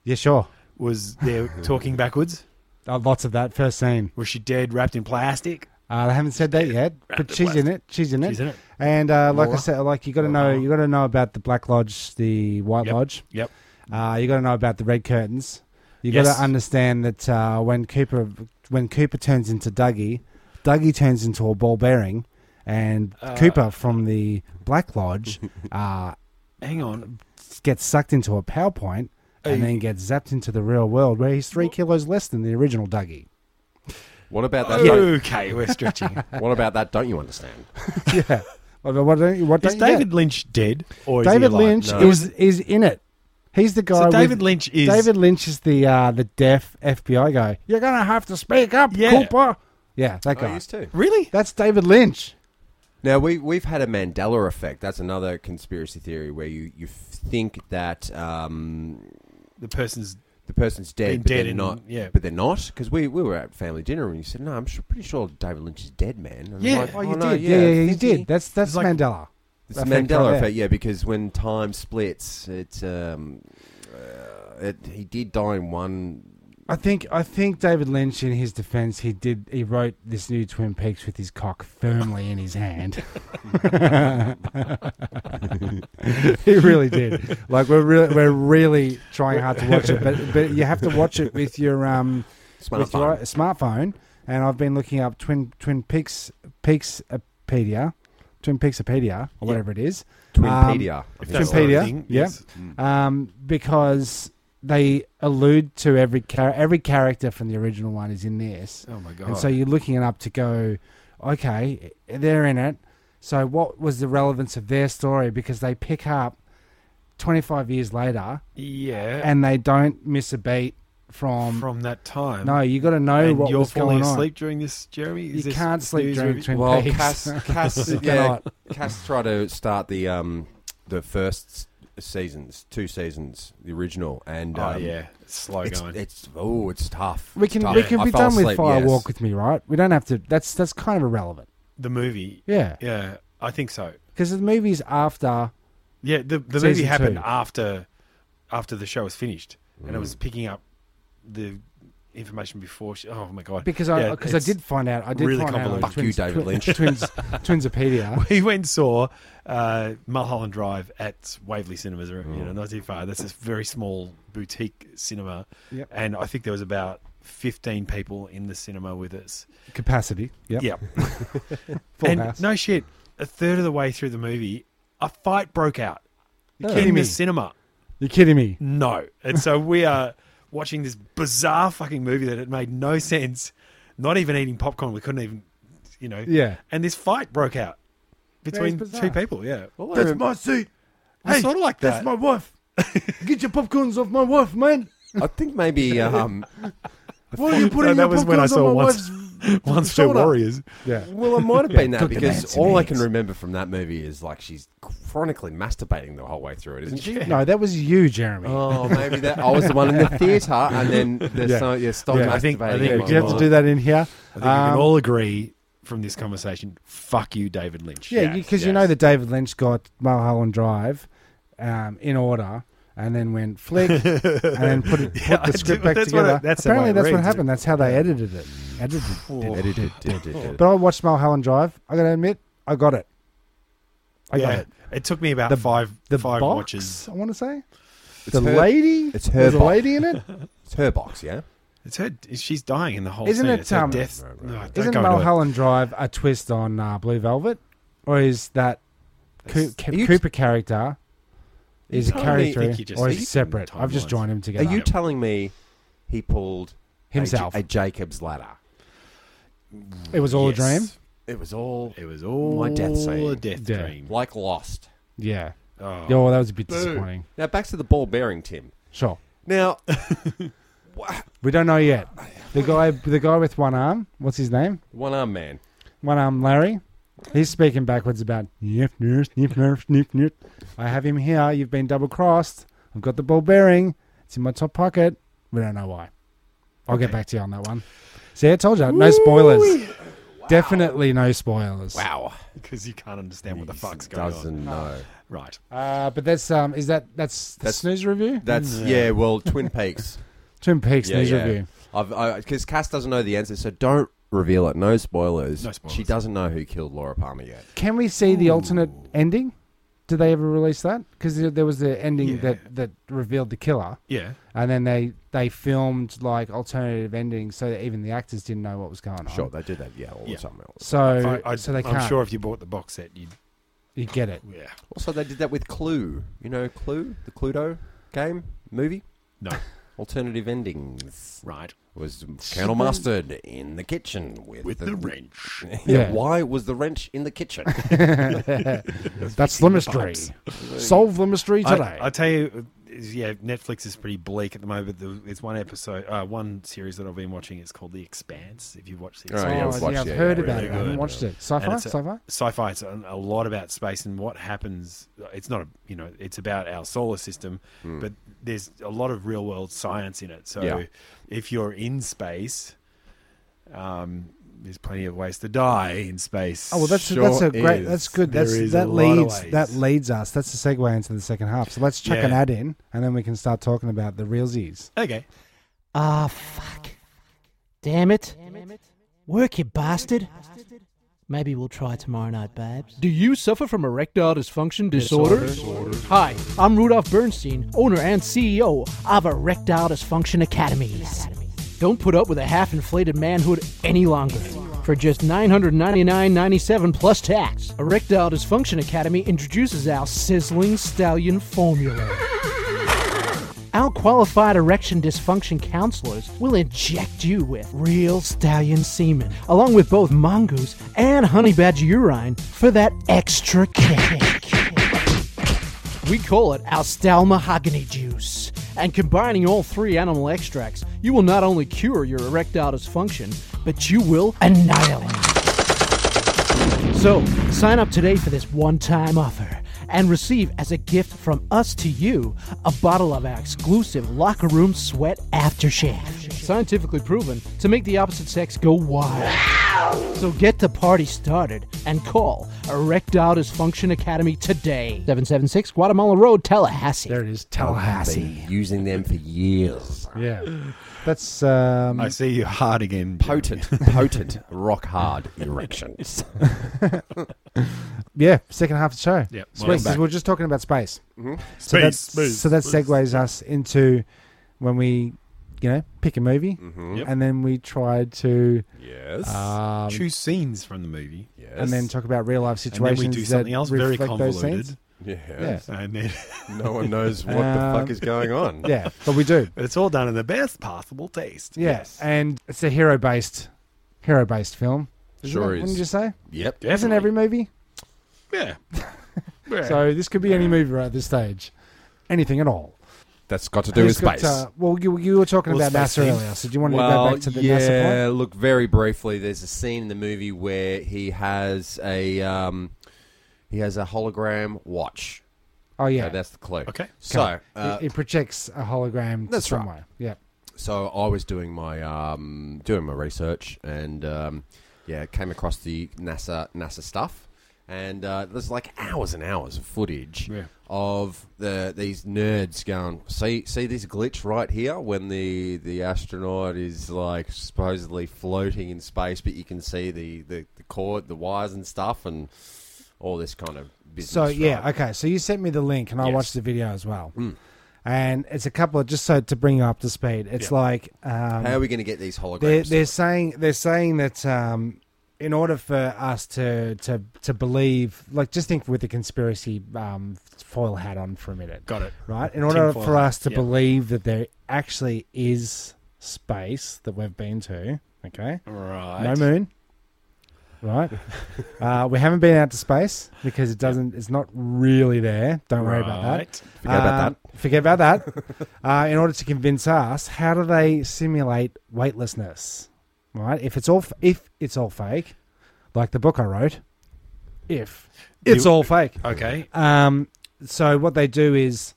S6: yeah, sure.
S4: Was
S6: *laughs*
S4: there talking backwards?
S6: Uh, lots of that first scene.
S4: Was she dead, wrapped in plastic?
S6: Uh, they haven't said that yet, but she's in it. She's in it.
S4: She's in it.
S6: And uh, like I said, like you got to know, you got to know about the Black Lodge, the White
S4: Yep.
S6: Lodge.
S4: Yep.
S6: Uh, you got to know about the red curtains. You got
S4: Yes.
S6: to understand that uh, when Cooper when Cooper turns into Dougie, Dougie turns into a ball bearing, and
S4: Uh,
S6: Cooper from the
S4: *laughs*
S6: Black Lodge uh,
S4: Hang on.
S6: gets sucked into a PowerPoint and then gets zapped into the real world where he's three kilos less than the original Dougie.
S5: What about that? don't-
S4: *laughs*
S6: *laughs*
S4: Okay, we're stretching.
S5: What about that? Don't you understand?
S6: yeah. What, what don't you, what
S4: is
S6: don't you get?
S4: David Lynch dead? Or is he
S6: David
S4: alive?
S6: Lynch
S5: No.
S6: is is in it. He's the guy.
S4: So David
S6: with-
S4: Lynch is
S6: David Lynch is the uh, the deaf FBI guy. You're gonna have to speak up,
S4: Yeah. Oh,
S6: Cooper. Yeah, that
S5: I
S6: guy.
S5: used to.
S4: really.
S6: That's David Lynch.
S5: Now we we've had a Mandela effect. That's another conspiracy theory where you you think that um,
S4: The person's
S5: the person's dead,
S4: Been
S5: but
S4: dead
S5: they're
S4: in-
S5: not.
S4: yeah.
S5: but they're not because we, we were at family dinner and you said, "No, I'm su pretty sure David Lynch is dead, man." And I'm
S4: Yeah.
S5: like,
S4: Oh,
S5: oh,
S4: you
S5: no,
S6: Yeah, yeah,
S5: I
S6: yeah, he
S5: think
S6: did. That's that's
S4: It's like-
S6: Mandela.
S5: It's
S6: I
S5: the
S6: think right
S5: Mandela
S6: there.
S5: effect, yeah, because when time splits, it's um, uh, it, he did die in one.
S6: I think I think David Lynch, in his defense, he did he wrote this new Twin Peaks with his cock firmly in his hand. *laughs* he really did. Like we're really we're really trying hard to watch it, but but you have to watch it with your um with your
S5: Smartphone.
S6: smartphone. And I've been looking up Twin Twin Peaks Peaksopedia, Twin Peaksopedia or whatever it is. Um,
S5: Twinpedia. I think
S4: that's
S5: it's
S4: the
S5: called.
S6: Wikipedia,
S4: thing,
S6: yeah.
S4: yes.
S6: um, because they allude to every char- every character from the original one is in this,
S4: Oh my god.
S6: and so you're looking it up to go, okay, they're in it. So what was the relevance of their story? Because they pick up 25 years later,
S4: yeah,
S6: and they don't miss a beat from.
S4: from that time.
S6: no, you got to know
S4: and
S6: what
S4: you're
S6: was
S4: falling
S6: going
S4: asleep during this, Jeremy.
S6: on. You can't sleep during Twin
S5: Well,
S6: Peaks.
S5: Cass,
S6: *laughs*
S5: Cass, yeah,
S6: Cannot.
S5: Cass tried to start the um, the first s- seasons, two seasons, the original, and
S4: Oh
S5: um,
S4: yeah, it's slow
S5: it's,
S4: going.
S5: it's oh, it's tough.
S6: we
S5: It's
S6: can
S5: tough.
S6: we can
S5: I
S6: be
S5: fell
S6: done with
S5: asleep,
S6: Fire
S5: yes.
S6: Walk with Me, right? We don't have to. That's that's kind of irrelevant.
S4: the movie.
S6: Yeah,
S4: Yeah, I think so.
S6: because the movie's after
S4: Yeah, the the
S6: Season
S4: movie happened
S6: two. Mm.
S4: after after the show was finished, and I was picking up the information before. She, oh my god!
S6: because I
S4: Yeah,
S6: because I
S4: it's-
S6: did find out I did
S4: really
S6: find out on
S4: convoluted.
S5: Fuck you, David
S6: Twin-
S5: Lynch.
S6: Twins
S4: *laughs*
S6: Twinsopedia.
S4: *laughs* We went and saw uh, Mulholland Drive at Waverley Cinemas, you know,
S6: Mm.
S4: not too far. That's this very small boutique cinema,
S6: Yep.
S4: and I think there was about fifteen people in the cinema with us.
S6: Capacity. Yep.
S4: Yeah,
S6: Full
S4: and
S6: house.
S4: no shit, a third of the way through the movie, a fight broke out
S6: You're
S4: in
S6: kidding me.
S4: the cinema.
S6: You're kidding me.
S4: No. And so we are watching this bizarre fucking movie that it made no sense. Not even eating popcorn, we couldn't even, you know.
S6: Yeah.
S4: And this fight broke out between
S6: bizarre.
S4: two people. Yeah.
S5: That's my seat.
S4: It's sort of like that. *laughs*
S6: wife. Get your popcorns off my wife, man.
S5: I think maybe um,
S6: What are you
S4: No, that was when I saw once, once two
S6: shoulder?
S4: warriors.
S6: Yeah.
S5: Well, it might have been that
S6: Cook the
S5: because
S6: fancy
S5: all I
S6: meats.
S5: can remember from that movie is like she's chronically masturbating the whole way through it, isn't
S6: *laughs*
S5: she?
S6: No, that was you, Jeremy.
S5: Oh, maybe that I was the one in the theater, and then the
S6: Yeah.
S5: yeah. yeah, stop
S6: Yeah,
S5: masturbating.
S6: I
S4: think- I think
S5: in
S4: we
S5: my
S6: Do you have to
S5: mind.
S6: do that in here?
S4: I
S6: Um,
S4: think we can all agree from this conversation. Fuck you, David Lynch.
S5: Yes,
S6: Yeah, because you know
S5: yes.
S6: that David Lynch got Mulholland Drive um, in order, and then went
S4: *laughs*
S6: flick, and then put, it, put
S4: I
S6: the script
S4: do-
S6: back
S4: that's what
S6: together.
S4: it- that's the way
S6: Apparently,
S4: it
S6: that's what
S4: reads.
S6: happened. That's how they edited it. Edited.
S5: Did- did- did- did- did- did.
S6: But I watched Mulholland Drive. I got to admit, I got it. I got
S4: Yeah.
S6: it.
S4: It took me about
S6: The-
S4: five
S6: The
S4: five
S6: box,
S4: watches.
S6: I want to say
S5: It's
S6: the
S5: her-
S6: lady.
S5: it's her
S6: There's a
S5: box.
S6: lady in it.
S4: *laughs*
S5: It's her box, yeah.
S4: It's her. She's dying in the whole.
S6: Isn't
S4: scene.
S6: it,
S4: It's her
S6: um,
S4: death? No, don't
S6: Isn't
S4: go into it.
S6: Mulholland Drive a twist on uh, Blue Velvet, or is that Coo- Ca-
S5: Are you-
S6: Cooper character? Is a
S5: telling me- I
S6: character,
S4: think you just-
S6: or
S4: you
S6: is
S4: can
S6: it separate? I've just
S4: timelines.
S6: joined them
S5: Are
S6: together.
S5: you telling me he pulled a J-
S6: Himself.
S5: a, Jacob's ladder?
S6: it was all a
S4: Yes.
S6: dream.
S5: It was all
S4: It was all
S5: My death scene.
S4: A death
S6: Yeah.
S4: dream.
S5: like lost.
S6: Yeah.
S4: Oh.
S6: Oh, that was a bit disappointing.
S5: Now back to the ball bearing Tim.
S6: Sure. *laughs*
S5: Now
S6: We don't know yet. The guy, the guy with one arm. What's his name?
S5: one arm man.
S6: One arm, Larry. He's speaking backwards about nip nip nip nip nip nip. I have him here. You've been double crossed. I've got the ball bearing. It's in my top pocket. We don't know why. I'll get back to you on that one. See, I told you. No spoilers. Definitely no spoilers.
S5: Wow.
S4: *laughs* because you can't understand what the fuck's going on.
S5: Doesn't know.
S4: Right.
S6: Uh, but that's um, is that that's the
S5: That's-
S6: snooze review?
S5: That's yeah. Well, Twin Peaks.
S6: Twin Peaks
S5: yeah,
S6: snooze
S5: yeah.
S6: review.
S5: I've because Cass doesn't know the answer, so don't reveal it. No spoilers.
S4: No spoilers.
S5: She doesn't know who killed Laura Palmer yet.
S6: Can we see the alternate ending? Did they ever release that? Because there was the ending
S4: Yeah.
S6: that that revealed the killer,
S4: Yeah.
S6: and then they they filmed like alternative endings so that even the actors didn't know what was going on.
S5: Sure, they do that. Yeah, all
S4: Yeah.
S5: the time.
S6: So
S4: I, I,
S6: so they can't.
S4: I'm sure if you bought the box set, you'd.
S6: you get it.
S4: Yeah.
S5: Also, they did that with Clue. You know Clue, the Cluedo game movie.
S6: *laughs*
S4: No.
S5: Alternative endings
S4: Right.
S5: was Colonel Mustard in the kitchen with,
S4: With
S5: *laughs*
S4: the wrench.
S5: Yeah.
S6: Yeah.
S5: Why was the wrench in the kitchen?
S6: That's the mystery. Solve the mystery today.
S4: I, I tell you, is- yeah, Netflix is pretty bleak at the moment. There- There's one episode, uh, one series that I've been watching. It's called The Expanse. If you've watched The
S5: Oh,
S6: Oh,
S5: yeah,
S6: yeah,
S5: I've
S4: Expanse,
S5: watched
S6: I've
S5: it,
S6: heard
S5: yeah,
S6: about
S4: really
S6: it. I haven't
S4: good.
S6: watched it.
S4: And
S6: Sci-fi,
S4: it's a-
S6: sci-fi.
S4: sci-fi. It's a, a lot about space and what happens. It's not a you know it's about our solar system, but there's a lot of real world science in it. So
S5: Yeah.
S4: if you're in space, um, there's plenty of ways to die in space.
S6: Oh well, that's
S5: Sure
S6: that's a great.
S5: is.
S6: That's good.
S4: There
S6: That's
S4: is a
S6: that
S4: lot of
S6: leads
S4: ways.
S6: that leads us. That's the segue into the second half. So let's chuck an
S4: Yeah.
S6: ad in, and then we can start talking about the realsies.
S4: okay.
S8: Ah, fuck. Damn it. Work, you bastard. Maybe we'll try tomorrow night, babes.
S9: Do you suffer from erectile dysfunction disorder? Hi, I'm Rudolph Bernstein, owner and CEO of Erectile Dysfunction Academies. Don't put up with a half inflated manhood any longer. For just $999.97 plus tax, Erectile Dysfunction Academy introduces our sizzling stallion formula. Our qualified erection dysfunction counselors will inject you with real stallion semen, along with both mongoose and honey badger urine for that extra kick. We call it our stal mahogany juice. And combining all three animal extracts, you will not only cure your erectile dysfunction, but you will annihilate. it. So, sign up today for this one time offer and receive as a gift from us to you a bottle of our exclusive locker room sweat aftershave. Scientifically proven to make the opposite sex go wild. So get the party started and call Erectile Dysfunction Academy today. 776 Guatemala Road, Tallahassee.
S6: There it is, *laughs* Tallahassee.
S5: Been using them for years.
S6: Yeah, that's um,
S4: I see you hard again.
S5: Potent, *laughs* potent, rock hard erections.
S4: *laughs*
S6: yeah. Second half of the show.
S4: Yep.
S6: Space.
S4: Welcome back.
S6: We're just talking about space. So
S5: Mm-hmm.
S4: Space,
S6: that's,
S4: space,
S6: so that segues us into when we, you know, pick a movie,
S5: Mm-hmm.
S4: Yep.
S6: and then we try to
S5: yes.
S6: um,
S4: Choose scenes from the movie,
S5: yes.
S6: and then talk about real life
S4: and then
S6: situations
S4: we do
S6: that
S4: something else very
S6: reflect those scenes.
S4: convoluted,
S6: Yeah.
S5: yes.
S4: and then *laughs*
S5: No one knows what the
S6: Um,
S5: fuck is going on.
S6: Yeah, but
S4: *laughs*
S6: we do.
S4: it's all done in the best possible taste.
S6: Yeah, and it's a hero based, hero based film. Isn't
S5: Sure
S6: it?
S5: is.
S6: Wouldn't you say?
S5: Yep.
S6: Isn't every movie? *laughs*
S4: yeah. Yeah.
S6: So this could be any movie right at this stage, anything at all.
S5: That's got to do
S6: Who's
S5: with
S6: got,
S5: space.
S6: uh, well, you, you were talking
S4: Well,
S6: about NASA
S4: space theme.
S6: earlier, so do you want
S5: well,
S6: to go back to the
S5: yeah,
S6: NASA point?
S5: look, very briefly, there's a scene in the movie where he has a um, he has a hologram watch.
S6: Oh yeah,
S5: So that's the clue.
S4: Okay.
S5: So
S6: Okay.
S5: uh,
S6: it, it projects a hologram
S5: That's right.
S6: somewhere. Yeah,
S5: so I was doing my um, doing my research and um, yeah, came across the NASA NASA stuff, and uh, there's like hours and hours of footage
S4: Yeah.
S5: of the these nerds going, see see this glitch right here when the the astronaut is like supposedly floating in space, but you can see the the, the cord, the wires and stuff, and all this kind of business.
S6: So yeah,
S5: right?
S6: okay. So you sent me the link, and I
S5: Yes. Hmm.
S6: watched the video as well. And it's a couple of just so to bring you up to speed. It's like um,
S5: how are we going to get these holograms?
S6: they're, they're saying they're saying that um, in order for us to, to to believe, like just think with the conspiracy um, foil hat on for a minute,
S4: Got it.
S6: right? In order
S4: Tinfoil
S6: for
S4: hat,
S6: us to
S4: yeah.
S6: believe that there actually is space that we've been to, okay?
S4: Right.
S6: No moon,
S4: *laughs*
S6: right? uh, we haven't been out to space because it doesn't. It's not really there. Don't worry about that.
S4: Right.
S5: Forget about
S6: Um, Forget about that.
S4: *laughs*
S6: uh, in order to convince us, how do they simulate weightlessness? Right? If it's all f- if it's all fake, like the book I wrote, if it's
S4: You-
S6: all fake.
S4: Okay.
S6: Um, so what they do is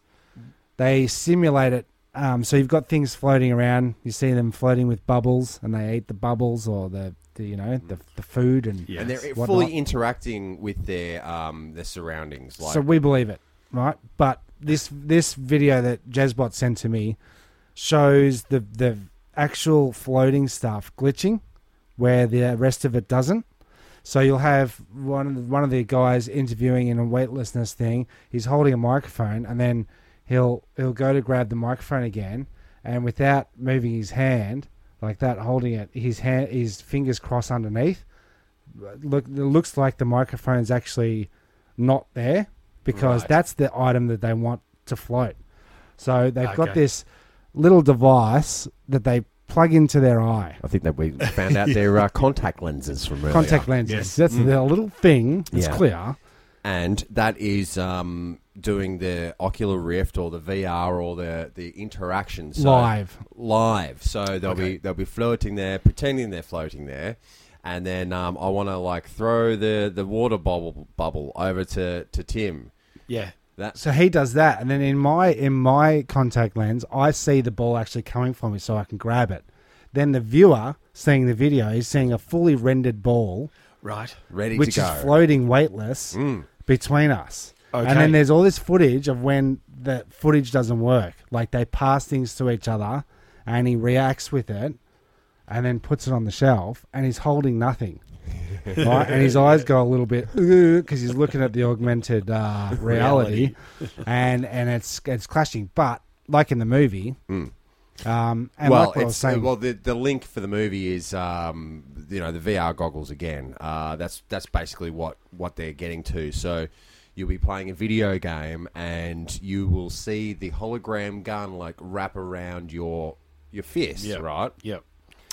S6: they simulate it. Um, so you've got things floating around. You see them floating with bubbles, and they eat the bubbles or the, the you know the, the food and
S4: Yeah.
S5: and they're
S6: Whatnot.
S5: fully interacting with their um, their surroundings. Like,
S6: so we believe it, right? But this this video that Jezbot sent to me shows the the actual floating stuff glitching, where the rest of it doesn't. So you'll have one of the, one of the guys interviewing in a weightlessness thing. He's holding a microphone, and then he'll he'll go to grab the microphone again, and without moving his hand like that, holding it, his hand his fingers cross underneath. Look, it looks like the microphone's actually not there because
S5: Right.
S6: that's the item that they want to float. So they've got
S4: Okay.
S6: this little device that they plug into their eye.
S5: I think that we found out their uh, contact lenses from earlier.
S6: Contact lenses.
S4: Yes.
S6: That's the little thing. It's
S5: Yeah.
S6: clear.
S5: and that is um, doing the Oculus Rift or the VR or the the interaction so
S6: Live.
S5: live. So they'll
S4: Okay.
S5: be they'll be floating there, pretending they're floating there, and then um, I want to like throw the the water bubble bubble over to to Tim.
S4: Yeah.
S5: That
S6: So he does that, and then in my in my contact lens, I see the ball actually coming from me, so I can grab it. Then the viewer seeing the video is seeing a fully rendered ball,
S4: Right.
S5: ready
S6: which
S5: to
S6: is
S5: go. Mm.
S6: floating weightless between us.
S4: Okay.
S6: And then there's all this footage of when the footage doesn't work. Like they pass things to each other, and he reacts with it, and then puts it on the shelf, and he's
S5: *laughs*
S6: holding nothing. right? And his eyes go a little bit *laughs* because he's looking at the
S5: *laughs*
S6: augmented uh, reality, and and it's it's clashing. But like in the movie, um, and
S5: Mm. well,
S6: like what I was
S5: it's, uh,
S6: saying,
S5: well, the, the link for the movie is, um, you know, the VR goggles again. Uh, that's that's basically what what they're getting to. So you'll be playing a video game, and you will see the hologram gun like wrap around your your fist,
S4: Yeah.
S5: right?
S4: Yep.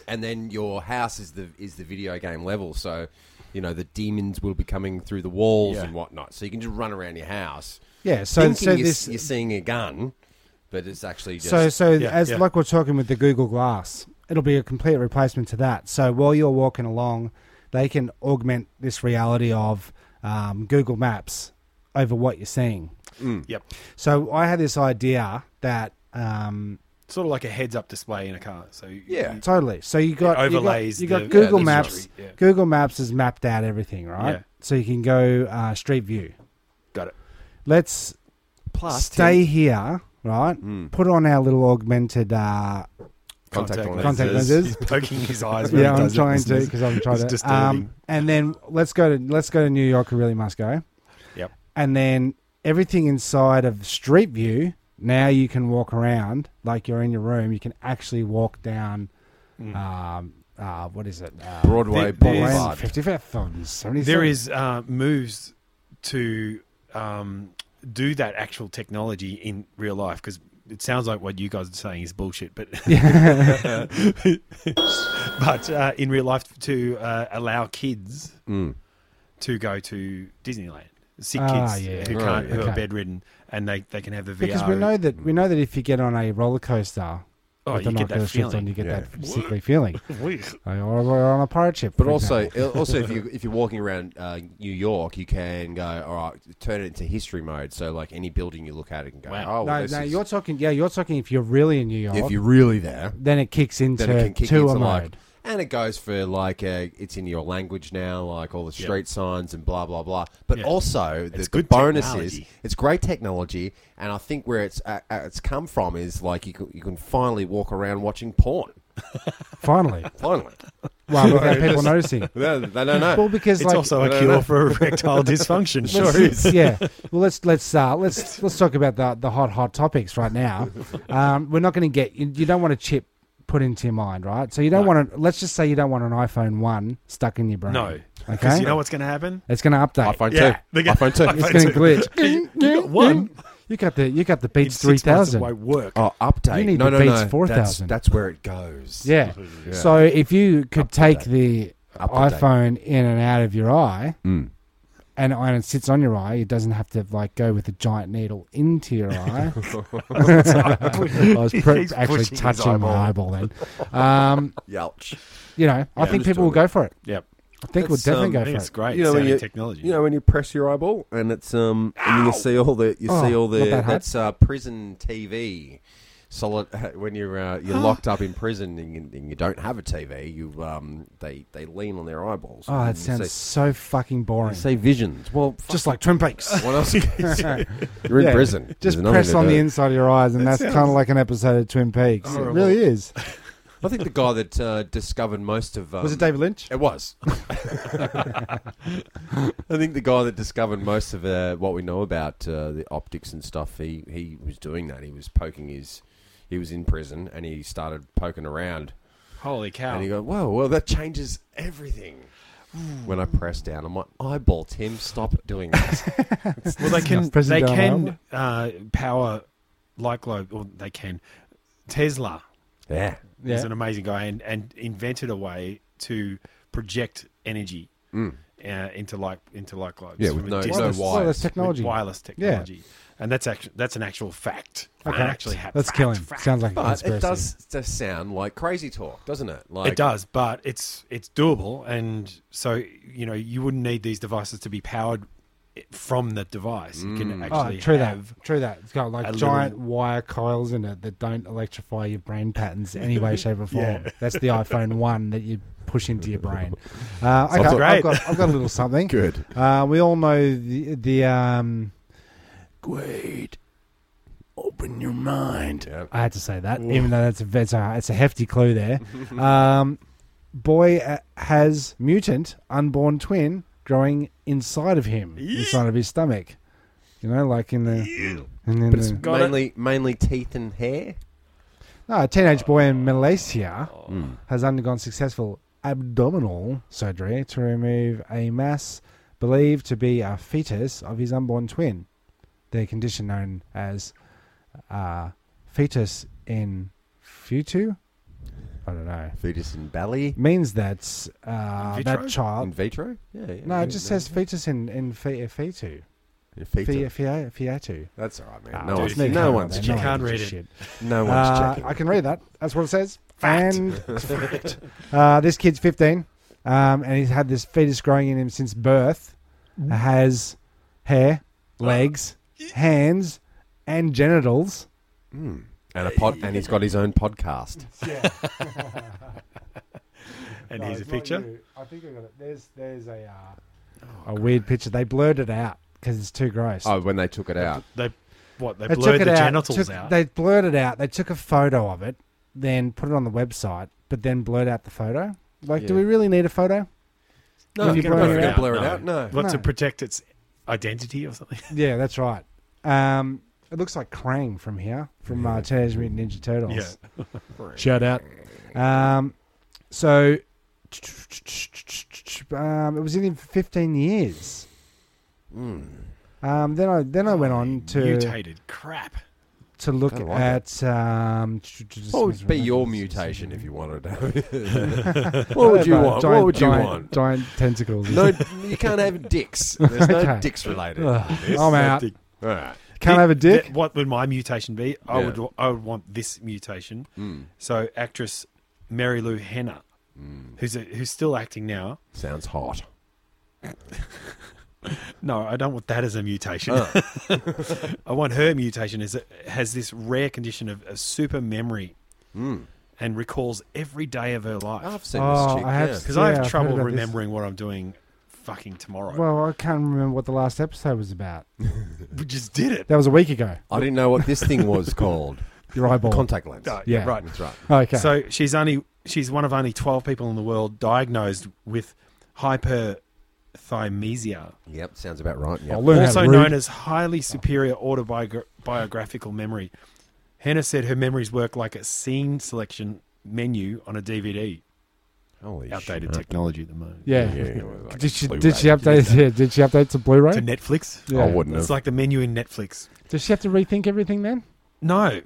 S5: And then your house is the is the video game level. So you know the demons will be coming through the walls
S4: Yeah.
S5: and whatnot. So you can just run around your house.
S6: yeah. So
S5: thinking
S6: so
S5: you're,
S6: this
S5: you're seeing a gun, but it's actually just
S6: So, so
S4: Yeah,
S6: as
S4: yeah.
S6: like we're talking with the Google Glass, it'll be a complete replacement to that. So while you're walking along, they can augment this reality of um, Google Maps over what you're seeing.
S4: Yep.
S6: So I had this idea that um,
S4: Sort of like a heads-up display in a car. So you-
S5: Yeah.
S4: you-
S6: totally. So you got you got-
S4: overlays
S6: You
S4: the-
S6: got, Google
S4: yeah, the
S6: Maps.
S4: imagery, yeah.
S6: Google Maps has mapped out everything, right?
S4: Yeah.
S6: So you can go uh, Street View.
S4: got it.
S6: Let's
S5: plus
S6: stay here, right?
S4: Hmm.
S6: Put on our little augmented uh,
S5: Contact lenses.
S6: contact lenses.
S4: He's poking his eyes. when he
S6: yeah, I'm
S4: does it.
S6: trying
S4: It's-
S6: to because I'm trying
S4: it's
S6: to.
S4: disturbing.
S6: Um, and then let's go to let's go to New York. We really must go.
S4: Yep.
S6: And then everything inside of Street View. Now you can walk around like you're in your room. You can actually walk down.
S4: Mm.
S6: Um, uh, what is it? Uh,
S5: Broadway
S4: There-
S5: Boulevard.
S4: there's-
S6: Fifty-fifth on seventy.
S4: there is uh, moves to um, do that actual technology in real life because it sounds like what you guys are saying is bullshit,
S6: *laughs*
S4: but *laughs* but uh, in real life to uh, allow kids
S5: Mm.
S4: to go to Disneyland, sick
S6: Ah,
S4: kids
S6: yeah.
S4: who
S5: Right,
S4: can't who
S6: okay.
S4: are bedridden and they, they can have the VR
S6: because we know that we know that if you get on a roller coaster
S4: oh
S6: with
S4: you
S6: an
S4: get that
S6: Oculus Rift on, you
S4: feeling
S6: get
S5: Yeah.
S6: that
S4: *laughs*
S6: sickly feeling. or, or on a pirate ship,
S5: But
S6: for
S5: also,
S6: example.
S5: also if
S6: *laughs*
S5: you if you're walking around uh, New York, you can go all right, turn it into history mode. So like any building you look at, it can go.
S4: Wow.
S5: Oh, well,
S6: no,
S5: this
S6: no,
S5: is-
S6: you're talking. Yeah, you're talking if you're really in New York.
S5: if you're really there,
S6: then it kicks into
S5: then it can kick
S6: tour
S5: into like,
S6: mode.
S5: and it goes for like uh, it's in your language now, like all the street signs and blah blah blah. But
S4: Yeah.
S5: also the,
S4: It's
S5: the
S4: good
S5: bonus is
S4: technology.
S5: it's great technology, and I think where it's uh, uh, it's come from is like you can, you can finally walk around watching porn.
S6: *laughs* Finally,
S5: Finally, *laughs*
S6: well, without
S4: *laughs*
S6: people noticing.
S5: they, they don't know.
S6: Well, because
S4: it's
S6: like, *laughs*
S4: also a
S5: No, no,
S4: cure
S5: no.
S4: for *laughs* erectile dysfunction.
S6: let's- yeah. Well, let's let's uh, let's let's talk about the the hot hot topics right
S4: *laughs*
S6: now. Um, we're not going to get you, you don't want a chip put into your mind, right? So you don't want to. Let's just say you don't want an iPhone one stuck in your brain.
S4: No, because
S6: Okay.
S4: you know what's going to happen.
S6: it's going to update.
S5: iPhone
S4: Yeah,
S5: two,
S4: they get-
S5: iPhone
S4: *laughs*
S5: two.
S6: it's going to glitch.
S4: You got one.
S6: You got the you got the
S4: In
S6: Beats three
S4: six months it
S6: thousand.
S4: won't work.
S5: Oh, update.
S6: You need
S5: no, no,
S6: the Beats
S5: no.
S6: 4000.
S5: That's, that's where it goes.
S6: Yeah.
S5: Yeah.
S6: So if you could
S5: to
S6: take
S5: date.
S6: the
S5: Up to date. Mm.
S6: iPhone in and out of your eye, and, and it sits on your eye, it doesn't have to like go with a giant needle into your eye.
S5: *laughs*
S6: *laughs* I was pre-
S4: He's
S6: actually
S4: pushing his
S6: touching my eyeball then. Um,
S5: Yelch.
S6: you know, I think
S5: just
S6: people will
S5: doing
S6: go for it.
S4: Yep.
S6: I think we'll
S5: That's,
S6: definitely
S5: um,
S6: go
S4: I
S6: for
S4: think
S6: it.
S4: it's great
S5: You know, when
S4: sounding
S5: you,
S4: technology.
S5: you know when you press your eyeball and it's um and you see all the you see
S6: Oh,
S5: all
S6: not
S5: the
S6: that hard.
S5: that's uh, prison TV. Solid when you're uh, you're locked up in prison and you, and you don't have a TV, you um they they lean on their eyeballs.
S6: Oh,
S5: and
S6: that
S5: you
S6: sounds
S5: Mm, see-
S6: so fucking
S5: you
S6: boring.
S5: see visions. Well,
S6: Just like Twin Peaks. *laughs*
S5: what else? you're in
S6: Yeah,
S5: prison. There's
S6: Just
S5: nothing
S6: press
S5: to
S6: on
S5: do.
S6: the inside of your eyes, and that's kind of like an episode of Twin Peaks. It really is.
S5: I think the guy that uh, discovered most of um,
S6: Was it David Lynch?
S5: It *laughs* was. I think the guy that discovered most of uh, what we know about uh, the optics and stuff, he, he was doing that. He was poking his. He was in prison and he started poking around.
S4: Holy cow!
S5: And he go, whoa, well, that changes everything. When I press down, I'm like, eyeball, Tim, stop doing that.
S4: Well, they can
S6: Press it
S4: they
S6: down
S4: can uh, power light globe, or they can. Tesla
S5: *laughs* yeah.
S4: is an amazing guy and, and invented a way to project energy uh, into light into light globes.
S5: Mm. Yeah, with
S4: from a
S5: no-
S4: distance.
S5: no
S6: Wireless-
S5: wires.
S6: wireless technology.
S4: With wireless technology, and that's actually that's an actual fact.
S6: Okay.
S4: That actually happened.
S6: Let's kill him. Sounds like a
S5: But
S6: conspiracy.
S5: it does just sound like crazy talk, doesn't it? Like,
S4: It does, but it's it's doable, and so you know you wouldn't need these devices to be powered eh, from the device. You can
S5: Mm.
S6: Oh,
S4: actually
S6: true
S4: have
S6: that. True that. It's
S4: a
S6: got like
S4: little-
S6: giant wire coils in it that don't electrify your brain patterns in
S4: *laughs*
S6: any way, shape, or form. That's the iPhone one that you push into
S4: *laughs*
S6: your brain. Uh, okay,
S4: Sounds
S6: I've
S4: great.
S6: got, I've got a
S4: *laughs*
S6: little something.
S5: Good.
S6: Uh, we all know the the. Um,
S5: Wait. Open your mind. Yeah.
S6: I had to say that, even though that's a it's a, it's a hefty clue there. um, boy uh, has mutant unborn twin growing inside of him, inside of his stomach. You know, like in the, and then
S5: But it's
S6: the
S5: mainly, mainly teeth and hair.
S6: No, a ah, teenage boy in Malaysia
S5: Oh. Hmm.
S6: has undergone successful abdominal surgery to remove a mass believed to be a fetus of his unborn twin. The condition known as uh, fetus in futu, I don't know,
S5: Fetus and belly.
S6: means that uh,
S4: In vitro?
S6: that
S5: In
S6: child.
S5: vitro? Yeah. yeah
S6: No,
S5: yeah,
S6: it just
S5: yeah.
S6: says fetus in in fe- fetu,
S5: Your feet
S6: Fe-
S5: are-
S6: fea- fiatu.
S5: That's all right, man.
S6: Ah,
S5: no
S6: dude,
S5: one's,
S6: if you
S5: no
S6: can't
S5: one's,
S6: read
S4: you can't
S6: that, no one gives a
S4: read it.
S6: shit.
S5: no one's
S6: Uh,
S5: checking.
S6: I can read that. That's what it says.
S4: *laughs*
S6: And Fact. Uh, this kid's 15, um, and he's had this fetus growing in him since birth. Has hair, legs, hands, and genitals.
S5: and a pod, and he's got his own podcast.
S4: And
S6: Oh,
S4: here's a picture.
S6: I think I got it. There's there's a uh, a weird picture. They blurred it out because it's too gross.
S5: Oh, when they took it out,
S4: They what they
S6: They
S4: blurred
S6: took
S4: the
S6: it out,
S4: genitals
S6: took-
S4: out.
S6: They blurred it out. They took a photo of it, then put it on the website, but then blurred out the photo. Like, do
S5: Yeah.
S6: we really need a photo?
S5: no,
S6: When
S5: you
S6: you
S5: blur,
S6: blur
S5: it
S6: it
S5: out.
S6: out,
S5: blur it
S4: no.
S5: out. No,
S4: What to
S6: No.
S4: protect its identity or something?
S6: Yeah, that's right. Um, it looks like Krang from here, from uh, Teenage Mutant Ninja Turtles. Shout out. Um, so, um, it was in him for 15 years.
S5: Hmm.
S6: Um, then I then I went on to
S4: Mutated crap.
S6: to look
S5: Kinda like
S6: at. Um,
S5: what would be your mutation
S6: *laughs*
S5: if you wanted to? have it?
S6: What
S5: what would you want?
S6: Giant,
S5: what would you
S6: giant,
S5: want?
S6: Giant tentacles.
S5: No, you can't have dicks. There's no
S6: *laughs* Okay.
S5: dicks related.
S6: Ugh,
S5: to this.
S6: I'm out.
S4: Dick.
S5: All right.
S6: *laughs* Can't have a dick.
S4: Th- What would my mutation be? I
S5: Yeah.
S4: would. I would want this mutation.
S5: Hmm.
S4: So actress Mary Lou Henner,
S5: Hmm.
S4: who's a, who's still acting now.
S5: Sounds hot.
S6: *laughs*
S4: No, I don't want that as a
S5: *laughs*
S4: mutation.
S6: Oh,
S4: I want her mutation is it has this rare condition of, of super memory, and recalls every day of her life.
S5: Hmm. I've seen
S6: Oh,
S5: this chick.
S6: I have
S5: yeah.
S6: seen-
S4: Because
S6: Yeah,
S4: I
S6: I've
S4: have
S6: heard
S4: trouble
S6: about this.
S4: remembering what I'm doing. Fucking tomorrow.
S6: Well, I can't remember what the last episode was about.
S4: we just did it.
S6: That was a week ago.
S5: I didn't know what this thing was
S6: *laughs*
S5: called.
S6: Your eyeball.
S5: Contact lens.
S6: Oh. yeah.
S4: right.
S5: That's right.
S6: Okay.
S4: So she's only she's one of only twelve people in the world diagnosed with hyperthymesia,
S5: Yep. Sounds about right.
S6: I'll
S5: Yep.
S6: learn how to
S4: also
S6: read.
S4: known as highly superior autobiographical memory. Hannah said her memories work like a scene selection menu on a DVD.
S5: Holy
S4: Outdated
S5: shit.
S4: technology at the moment.
S6: Yeah.
S5: Yeah,
S6: *laughs*
S5: it was like a
S6: did she
S5: Blu-ray.
S6: did she update yeah, *laughs* Oh, did she update
S4: To
S6: to Blu-ray?
S4: *laughs* Netflix,
S5: I
S6: Yeah.
S5: wouldn't have.
S4: it's like the menu in Netflix.
S6: Does she have to rethink everything then?
S4: No,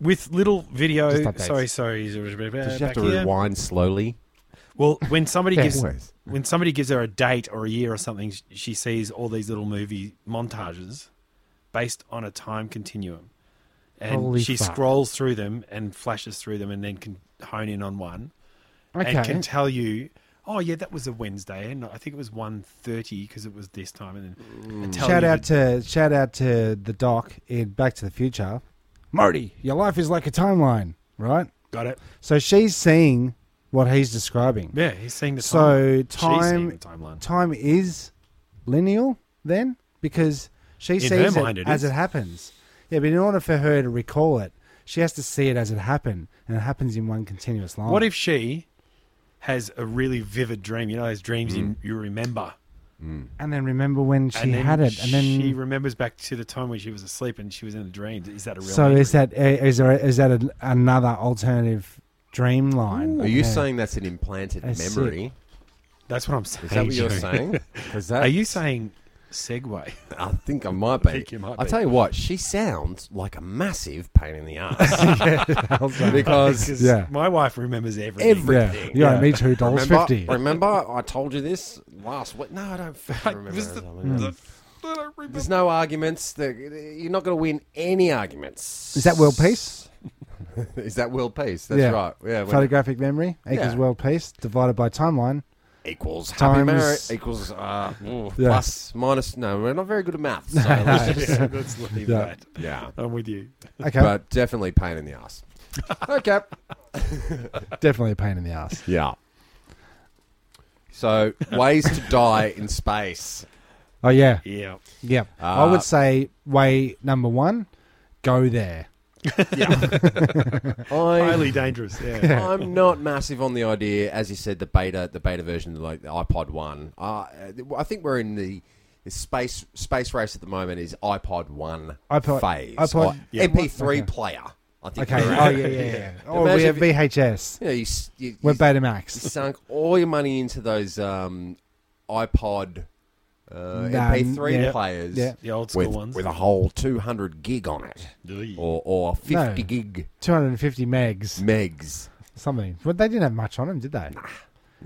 S4: with little video.
S6: Just updates.
S4: Sorry, sorry.
S5: Does she have
S4: Back
S5: to
S4: here.
S5: rewind slowly?
S4: Well, when somebody
S6: *laughs* Yeah.
S4: gives when somebody gives her a date or a year or something, sh- she sees all these little movie montages based on a time continuum. And
S6: Holy
S4: she
S6: fuck.
S4: scrolls through them and flashes through them and then can hone in on one
S6: Okay.
S4: and can tell you Oh yeah, that was a Wednesday, and I think it was 1.30 because it was this time. And then Italian-
S6: Shout out to shout out to the doc in Back to the Future. Marty, your life is like a timeline, right?
S4: got it.
S6: So she's seeing what he's describing.
S4: Yeah, he's seeing the
S6: So
S4: timeline. She's seeing
S6: time-
S4: the timeline.
S6: Time is lineal then because she
S4: In her
S6: sees it,
S4: mind it
S6: as
S4: is.
S6: it happens. Yeah, but in order for her to recall it, she has to see it as it happened, and it happens in one continuous line.
S4: What if she has a really vivid dream? You know those dreams
S6: Mm.
S4: you, you remember.
S6: and then remember when she
S4: and then
S6: had it, and then
S4: she remembers back to the time when she was asleep and she was in a dream. Is that a real?
S6: so
S4: memory?
S6: is that eh, is there is that an another alternative dream line?
S5: Are you
S6: Yeah.
S5: saying that's an implanted
S6: That's sick.
S5: memory?
S4: that's what I'm saying?
S5: Is that what
S4: *laughs*
S5: you're
S4: Joey.
S6: *laughs*
S5: saying? 'Cause
S4: Are
S5: that-
S4: you saying segue?
S5: I think I might be. I
S4: think you might
S5: will
S4: be.
S5: tell you what, she sounds like a massive pain in the
S6: *laughs*
S5: ass. *laughs* because
S6: Yeah.
S4: *laughs* My wife remembers everything.
S6: Yeah,
S5: everything.
S6: yeah, me too. Dollars
S5: Remember,
S6: fifty.
S5: remember, I told you this last week. No, I
S6: *laughs*
S5: don't fucking remember.
S4: This is the-
S5: Mm. There's no arguments. The- You're not going to win any arguments.
S6: Is that world peace?
S5: *laughs* is that world peace? That's
S6: Yeah.
S5: right. Yeah, when
S6: Photographic memory equals
S5: Yeah.
S6: world peace divided by timeline.
S5: equals happy
S6: times-
S5: marriage equals uh, ooh,
S6: Yeah.
S5: plus minus. No, we're not very good at maths.
S6: *laughs*
S5: So let's just-
S4: Let's leave
S6: Yeah.
S4: that.
S5: *laughs* yeah,
S4: I'm with you.
S6: Okay,
S5: but definitely pain in the
S6: *laughs*
S5: ass. okay.
S6: definitely a pain in the ass.
S5: Yeah. So ways to die in space.
S6: Oh yeah, *laughs*
S4: Yeah.
S6: yeah.
S5: Uh,
S6: I would say way number one, go there.
S5: I,
S4: Highly dangerous.
S6: *laughs*
S5: *laughs*
S4: Yeah.
S5: I'm not massive on the idea, as you said, the beta, the beta version, like the iPod One. Uh, I think we're in the the space space race at the moment. Is iPod One
S6: iPod-
S5: phase?
S6: iPod-
S5: Or
S6: yeah.
S5: MP3
S6: Okay.
S5: player. I think. *laughs*
S6: Okay.
S5: we're
S6: oh
S5: at.
S6: yeah, yeah, yeah. Or
S5: Imagine
S6: we have
S5: if you-
S6: VHS.
S5: You know, you, s- you, *laughs*
S6: We're
S5: you- you
S6: Betamax.
S5: sunk all your money into those um, iPod uh,
S6: Nah,
S5: MP3
S6: yeah.
S5: players
S6: Yeah.
S4: The old school
S5: with,
S4: ones.
S5: with a whole 200 gig on it or, or 50
S6: No.
S5: gig
S6: Two hundred and fifty megs.
S5: megs.
S6: Something. But they didn't have much on them, did they?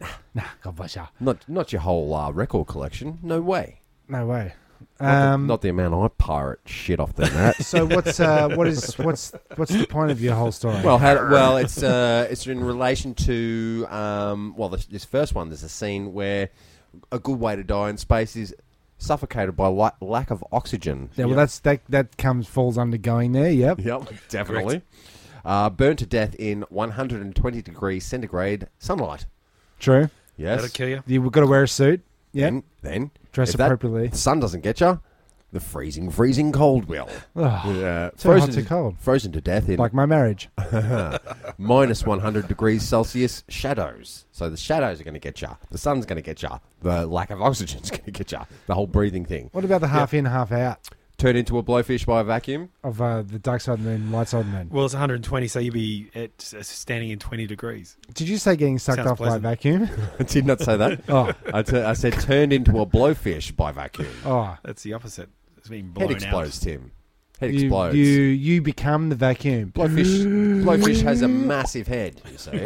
S6: Nah, nah. God bless ya.
S5: Not not your whole uh, record collection. No way.
S6: No way.
S5: Not,
S6: Um,
S5: the, not the amount I pirate shit off the
S6: *laughs*
S5: net.
S6: so what's uh, what is what's what's the point of your whole story?
S5: Well, how, well, it's uh, it's in relation to um, well, this, this first one. There's a scene where a good way to die in space is suffocated by la- lack of oxygen.
S6: yeah, well, that's that that comes falls under going there. Yep.
S5: Yep, definitely. Uh, burned to death in 120 degree centigrade sunlight.
S6: True.
S5: Yes.
S4: That'll kill you.
S6: You've got to wear a suit. Yeah.
S5: Then, then
S6: Dress
S5: if that
S6: appropriately.
S5: sun doesn't get you. The freezing, freezing cold will. *laughs*
S6: Ugh,
S5: Yeah,
S6: Too hot, too cold.
S5: Frozen to death in
S6: like my marriage.
S5: *laughs* minus 100 degrees Celsius shadows. So the shadows are going to get you. The sun's going to get you. The lack of oxygen's *laughs* going to get you. The whole breathing thing.
S6: What about the half in, half out
S5: Turn into a blowfish by a vacuum. *laughs*
S6: of uh, the dark side of the moon, light side of the moon?
S4: Well, it's 120, so you'd be at uh, standing in 20 degrees.
S6: Did you say getting sucked
S4: Sounds
S6: off
S4: pleasant.
S6: by
S5: *laughs*
S6: a vacuum?
S5: I did not say that.
S6: Oh.
S5: I, t- I said turned into a blowfish by vacuum.
S6: Oh,
S4: That's the opposite. It's being blown
S5: Head explodes, Tim. Head
S6: you,
S5: explodes.
S6: you you become the vacuum.
S5: Blowfish, blowfish has
S6: *gasps*
S5: a massive head, you see.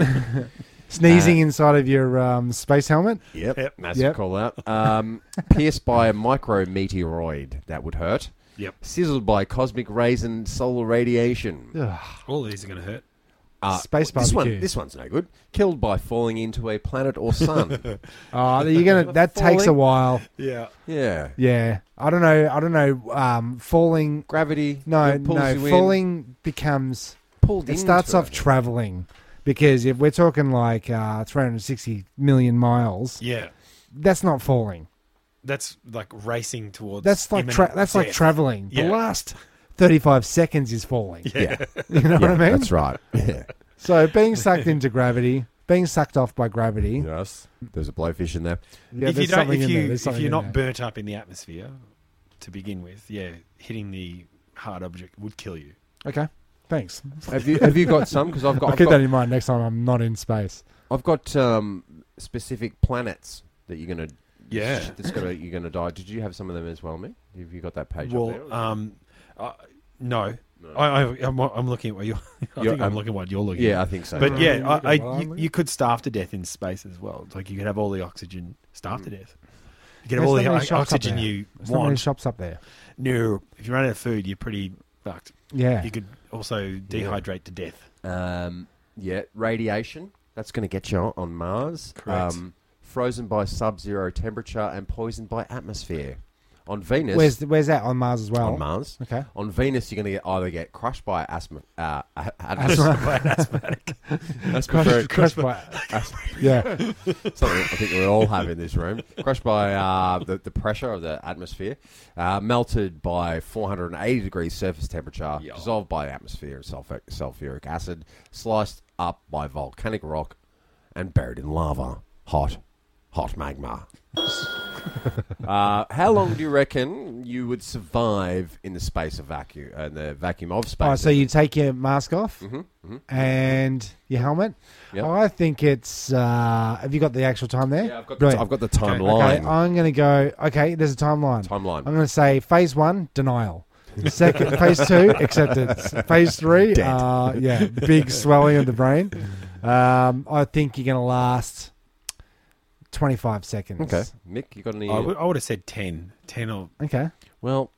S6: Sneezing inside of your um, space helmet.
S5: Yep, massive
S6: *laughs* Yep.
S5: call out. Um, pierced by a micrometeoroid, that would hurt.
S4: Yep.
S5: Sizzled by cosmic rays and solar radiation.
S6: Ugh.
S4: out. All of these are going to hurt.
S5: Uh,
S6: Space
S5: This, one,
S6: barbecue.
S5: this one's no good. Killed by falling into a planet or
S6: *laughs*
S5: sun.
S6: *laughs* Oh, you're gonna. *laughs* That takes a
S5: Falling.
S6: while.
S4: Yeah.
S5: yeah.
S6: Yeah, I don't know. I don't know. Um, falling.
S5: Gravity.
S6: No,
S5: it pulls
S6: no.
S5: you in.
S6: Falling becomes.
S5: Pulled
S6: It starts
S5: into
S6: off traveling because if we're talking like uh, 360 million miles,
S4: Yeah.
S6: that's not falling.
S4: That's like racing towards.
S6: That's like tra-
S4: imminent
S6: that's like
S4: death.
S6: traveling.
S4: Yeah.
S6: The last 35 seconds is falling.
S5: Yeah,
S6: *laughs* You know what I mean?
S5: that's right. *laughs* Yeah.
S6: So being sucked into gravity, being sucked off by gravity. Yeah,
S5: Yes. There's a blowfish in
S6: *laughs*
S5: there.
S4: if you
S6: there's
S4: don't,
S6: something
S4: if
S6: in there,
S4: you
S6: there's
S4: if
S6: something
S4: you're
S6: in
S4: not
S6: there.
S4: burnt up in the atmosphere to begin with, yeah, hitting the hard object would kill you.
S6: okay, thanks.
S5: Have you have you got some? Because I've got
S6: I'll
S5: I've
S6: keep that
S5: got,
S6: in mind next time I'm not in space.
S5: I've got um, specific planets that you're gonna
S4: Yeah.
S5: that's gonna you're gonna die. Did you have some of them as well, me? Have you got that page? up there?
S4: Well, um, uh, no, I, I, I'm, I'm looking at what you're. *laughs* I
S5: You're-
S4: think I'm
S5: um,
S4: looking at what you're looking.
S5: Yeah, I
S4: at.
S5: think so.
S4: But yeah, I, I,
S6: Well, I'm
S4: you, you could starve to death in space as well. It's Like you could have all the oxygen, starve to death. You could have
S6: Hmm. There's
S4: all
S6: not
S4: the
S6: many
S4: o-
S6: shops up
S4: oxygen
S6: there.
S4: you
S6: There's not many
S4: want.
S6: shops up there.
S4: No, if you run out of food, you're pretty fucked.
S6: Yeah,
S4: You could also dehydrate to death.
S5: Um, yeah, radiation. That's going to get you on Mars.
S4: Correct.
S5: Um, frozen by sub-zero temperature, and poisoned by atmosphere. On Venus,
S6: Where's where's that on Mars as well?
S5: on Mars,
S6: Okay.
S5: On Venus, you're going to get either get crushed by asthma, uh, a- atmos- *laughs* by an
S4: *laughs*
S5: asthmatic,
S6: Crushed,
S5: Asthmatic.
S6: crushed by,
S5: Asthma-
S6: yeah.
S5: something I think we all have in this room. Crushed by uh, the, the pressure of the atmosphere, uh, melted by 480 degrees surface temperature, dissolved by atmosphere and sulfuric, sulfuric acid, sliced up by volcanic rock, and buried in lava. Hot, hot *laughs* magma. uh, how long do you reckon you would survive in the space of vacuum, in the vacuum of space?
S6: All right, Oh, so you take your mask off and your helmet.
S5: Mm-hmm, Yep.
S6: I think it's. Uh, have you got the actual time there?
S5: yeah, I've got, the,
S6: Brilliant.
S5: I've got the
S6: Okay,
S5: timeline.
S6: I'm going to go. Okay, there's a timeline.
S5: Timeline.
S6: I'm going to say phase one, denial. Second, phase two, acceptance. Phase three, uh, yeah, big swelling of the brain. Um, I think you're going to last 25 seconds.
S5: okay, Mick, you got any?
S4: I, would, I would have said 10. 10 or.
S6: Okay.
S5: Well,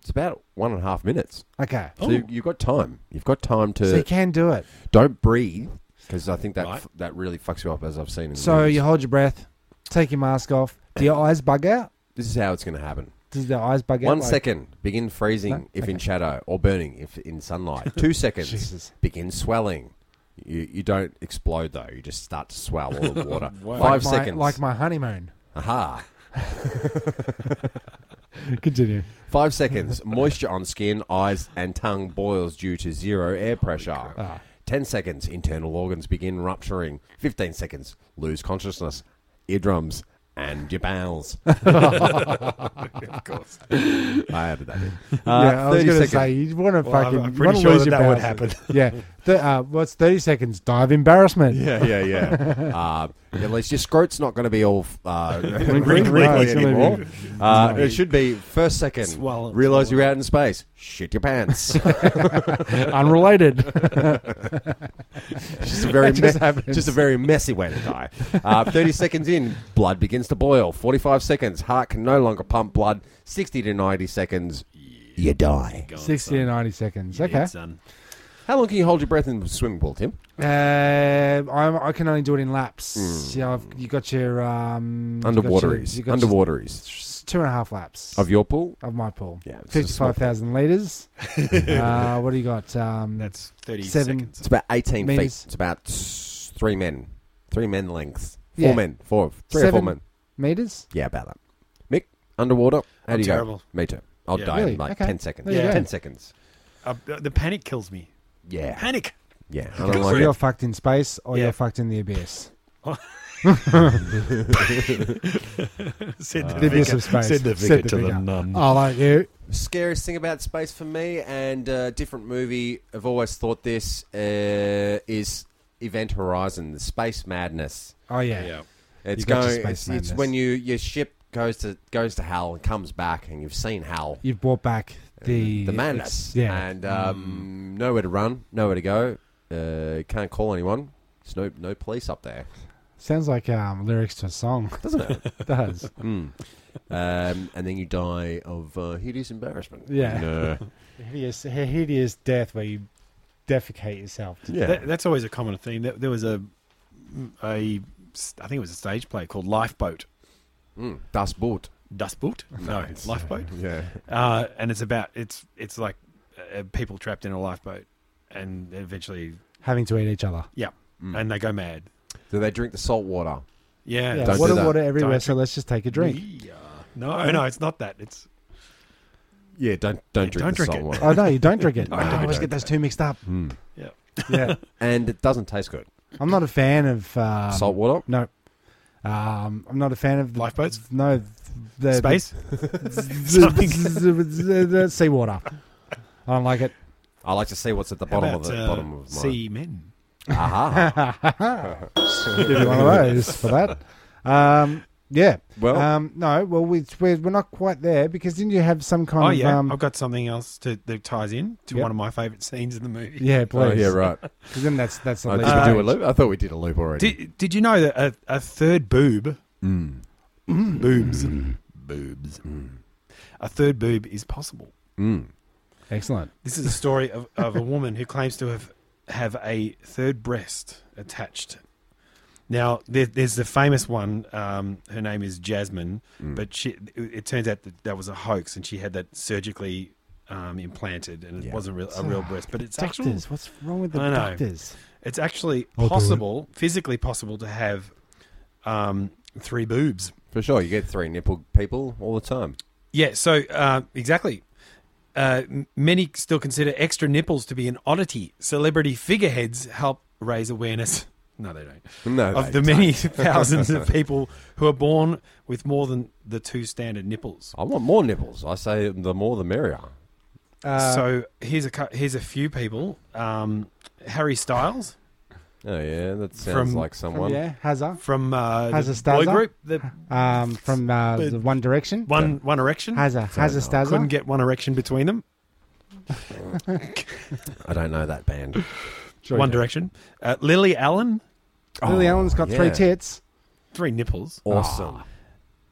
S5: it's about one and a half minutes.
S6: Okay.
S5: So you, you've got time. You've got time to
S6: So you can do it.
S5: don't breathe because I think that
S4: Right.
S5: f- that really fucks you up, as I've seen. In the
S6: So
S5: movies.
S6: you hold your breath, take your mask off. Do your eyes bug out?
S5: this is how it's going to happen.
S6: Does the eyes bug out?
S5: One
S6: Like-
S5: second, begin freezing
S6: No?
S5: if in
S6: Okay.
S5: shadow, or burning if in
S6: *laughs*
S5: sunlight. Two seconds,
S6: Jesus.
S5: begin swelling. You, you don't explode though. You just start to swell all the
S6: *laughs*
S5: water.
S4: Wow.
S5: Five
S6: my-
S5: seconds.
S6: Like my honeymoon.
S5: Aha.
S6: Continue.
S5: Five seconds. Moisture on skin, eyes, and tongue boils due to zero air
S6: Oh
S5: pressure. Ah. Ten seconds. Internal organs begin rupturing. Fifteen seconds. Lose consciousness. Eardrums and your
S6: *laughs*
S5: bowels. of course. I added that in. Uh,
S6: yeah, I
S5: 30
S6: was going to
S5: seconds.
S6: say you want to
S4: Well, I'm-
S6: fucking.
S4: I'm
S6: you
S4: pretty
S6: wanna
S4: sure
S6: lose
S4: that
S6: your
S4: that would
S6: bowels. *laughs* yeah. The, uh, what's thirty seconds? Dive embarrassment.
S5: Yeah, *laughs*
S4: *laughs*
S5: yeah, yeah. uh, at least your scrote's not going to be all
S6: *laughs*
S5: uh, *laughs* wrinkly,
S6: wrinkly
S5: anymore. Uh, It should be first second.
S4: Swallow-
S5: realize you're out in space. Shit your
S6: *laughs*
S5: pants.
S6: *laughs*
S4: *laughs*
S6: Unrelated.
S5: just a very
S6: That just
S5: me-
S6: happens.
S5: just a very messy way to die.
S6: *laughs*
S5: Uh, Thirty seconds in, blood begins to boil. Forty-five seconds, heart can no longer pump blood. Sixty to ninety seconds, you die.
S6: Sixty to ninety seconds.
S4: Yeah, um,
S6: Okay.
S4: son.
S5: How long can you hold your breath in the swimming pool, Tim?
S6: Uh, I'm, I can only do it in laps.
S5: Hmm.
S6: Yeah, I've, you got your um, you got
S5: Underwateries,
S6: your- you got your
S5: underwateries
S6: s- two and a half laps
S5: of your pool.
S6: of my pool.
S5: Yeah, it's a small-
S6: fifty-five thousand
S4: *laughs*
S6: liters. uh, what do you got? Um,
S4: That's 30
S6: Seven.
S4: seconds.
S5: It's about eighteen
S6: Meters.
S5: feet. It's about s- three men, three men lengths, four
S6: Yeah.
S5: men, four, three or four
S6: Seven.
S5: men.
S6: meters.
S5: Yeah, about that. Mick, underwater. How
S4: I'm
S5: do you
S4: terrible.
S5: go? Me too. I'll
S4: Yeah.
S5: die
S6: Really?
S5: in like
S6: Okay.
S5: ten seconds.
S6: There you
S5: Yeah,
S6: go.
S5: ten seconds.
S4: Uh, the the panic kills me.
S5: Yeah,
S4: Panic! *laughs*
S5: yeah. I don't
S6: So
S5: like
S6: you're
S5: it.
S6: fucked in space, or
S4: Yeah.
S6: you're fucked in the abyss.
S4: Said the
S6: The abyss
S4: vicar.
S6: of space.
S4: Said the vicar to the nun.
S6: I like you.
S5: Scariest thing about space for me and uh, different movie, I've always thought this uh, is Event Horizon, the space madness.
S6: Oh yeah.
S5: It's
S6: You got your
S5: going.
S6: space
S5: It's, it's
S6: madness.
S5: when you your ship goes to goes to hell and comes back, and you've seen hell,
S6: You've brought back the
S5: the madness,
S6: Yeah. Mm.
S5: and um, nowhere to run, nowhere to go. Uh, can't call anyone. There's no no police up there,
S6: Sounds like um, lyrics to a song.
S5: doesn't it?
S6: It *laughs* does.
S5: mm. um, and then you die of uh, hideous embarrassment. uh,
S6: Yeah. *laughs*
S5: No.
S6: hideous, hideous death where you defecate yourself.
S5: yeah.
S4: That, that's always a common theme. There, there was a, a, I think it was a stage play called Lifeboat.
S5: Mm. Das Boot.
S4: Dustboot? No,
S5: Nice.
S4: Lifeboat.
S5: Yeah.
S4: Uh, and it's about it's it's like uh, people trapped in a lifeboat, and eventually,
S6: Having to eat each other.
S4: and they go mad.
S5: Do they drink the salt water?
S4: Yeah,
S6: Yeah,
S5: Don't
S6: water,
S5: do that.
S6: water everywhere,
S4: Don't
S6: so let's just take a drink.
S4: *laughs* Yeah. No, no, it's not that. It's
S5: Yeah, don't don't
S4: Yeah, don't drink it.
S5: water.
S6: oh, no, you don't drink it.
S4: No,
S6: I
S4: don't
S6: always
S4: drink
S6: get those two mixed up.
S5: Mm.
S4: Yeah.
S6: Yeah.
S5: *laughs* And it doesn't taste good.
S6: I'm not a fan of. Um,
S5: salt water.
S6: No. Um, I'm not a fan of. the-
S4: Lifeboats?
S6: No. The,
S4: space.
S6: The, seawater. I don't like it.
S5: I like to see what's at the
S4: How
S5: bottom of
S4: about,
S5: the
S4: uh,
S5: bottom of my. *laughs* Ah,
S4: sea men.
S5: Aha.
S4: *laughs*
S6: Give you one of those for that. Um, yeah.
S5: Well,
S4: Uh,
S6: Um, no, well, we, we're, we're not quite there because didn't you have some kind
S4: Oh
S6: of.
S4: yeah,
S6: Um,
S4: I've got something else to that ties in to
S6: Yep.
S4: one of my favorite scenes in the movie.
S6: yeah, please.
S5: oh, yeah,
S4: *laughs*
S5: right.
S6: 'Cause then that's, that's the
S5: Oh, did
S6: least
S5: we do a
S6: page.
S5: loop? I thought we did a loop already.
S4: Uh, Did, did you know that a, a third boob,
S5: Mm.
S4: boobs, boobs, a third boob is possible?
S5: Mm.
S6: Excellent.
S4: This is a story of, of a woman who claims to have have a third breast attached Now, there, there's the famous one. Um, her name is Jasmine, but she, it, it turns out that that was a hoax, and she had that surgically um, implanted, and it wasn't real, a real breast. But it's actually
S6: Doctors, what's wrong with the
S4: I know.
S6: doctors?
S4: it's actually
S6: do it.
S4: possible, physically possible, to have um, three boobs.
S5: For sure, you get three nipple people all the time.
S4: Yeah, so uh, exactly. Uh, m- many still consider extra nipples to be an oddity. Celebrity figureheads help raise awareness. *laughs* No, they don't.
S5: No,
S4: of
S5: they
S4: the
S5: don't. *laughs*
S4: many thousands of people who are born with more than the two standard nipples.
S5: I want more nipples. I say the more the merrier.
S6: Uh,
S4: so here's a cou- here's a few people. Um, Harry Styles
S5: Oh yeah, that sounds
S4: From-
S5: like someone.
S6: yeah, Hazza.
S4: from uh,
S6: Has
S4: the
S6: a Stazza?
S4: boy group, the
S6: Um, from uh,
S4: But-
S6: the One Direction.
S4: one one erection.
S6: Hazza. Hazza Stazza.
S4: Couldn't get one erection between them.
S5: I don't know that
S4: Ah.
S5: band.
S6: Sure
S4: one Oh,
S6: you
S4: Direction. Uh, Lily Allen,
S6: do. Lily Allen's got three
S5: yeah.
S6: tits.
S4: three nipples.
S5: Awesome.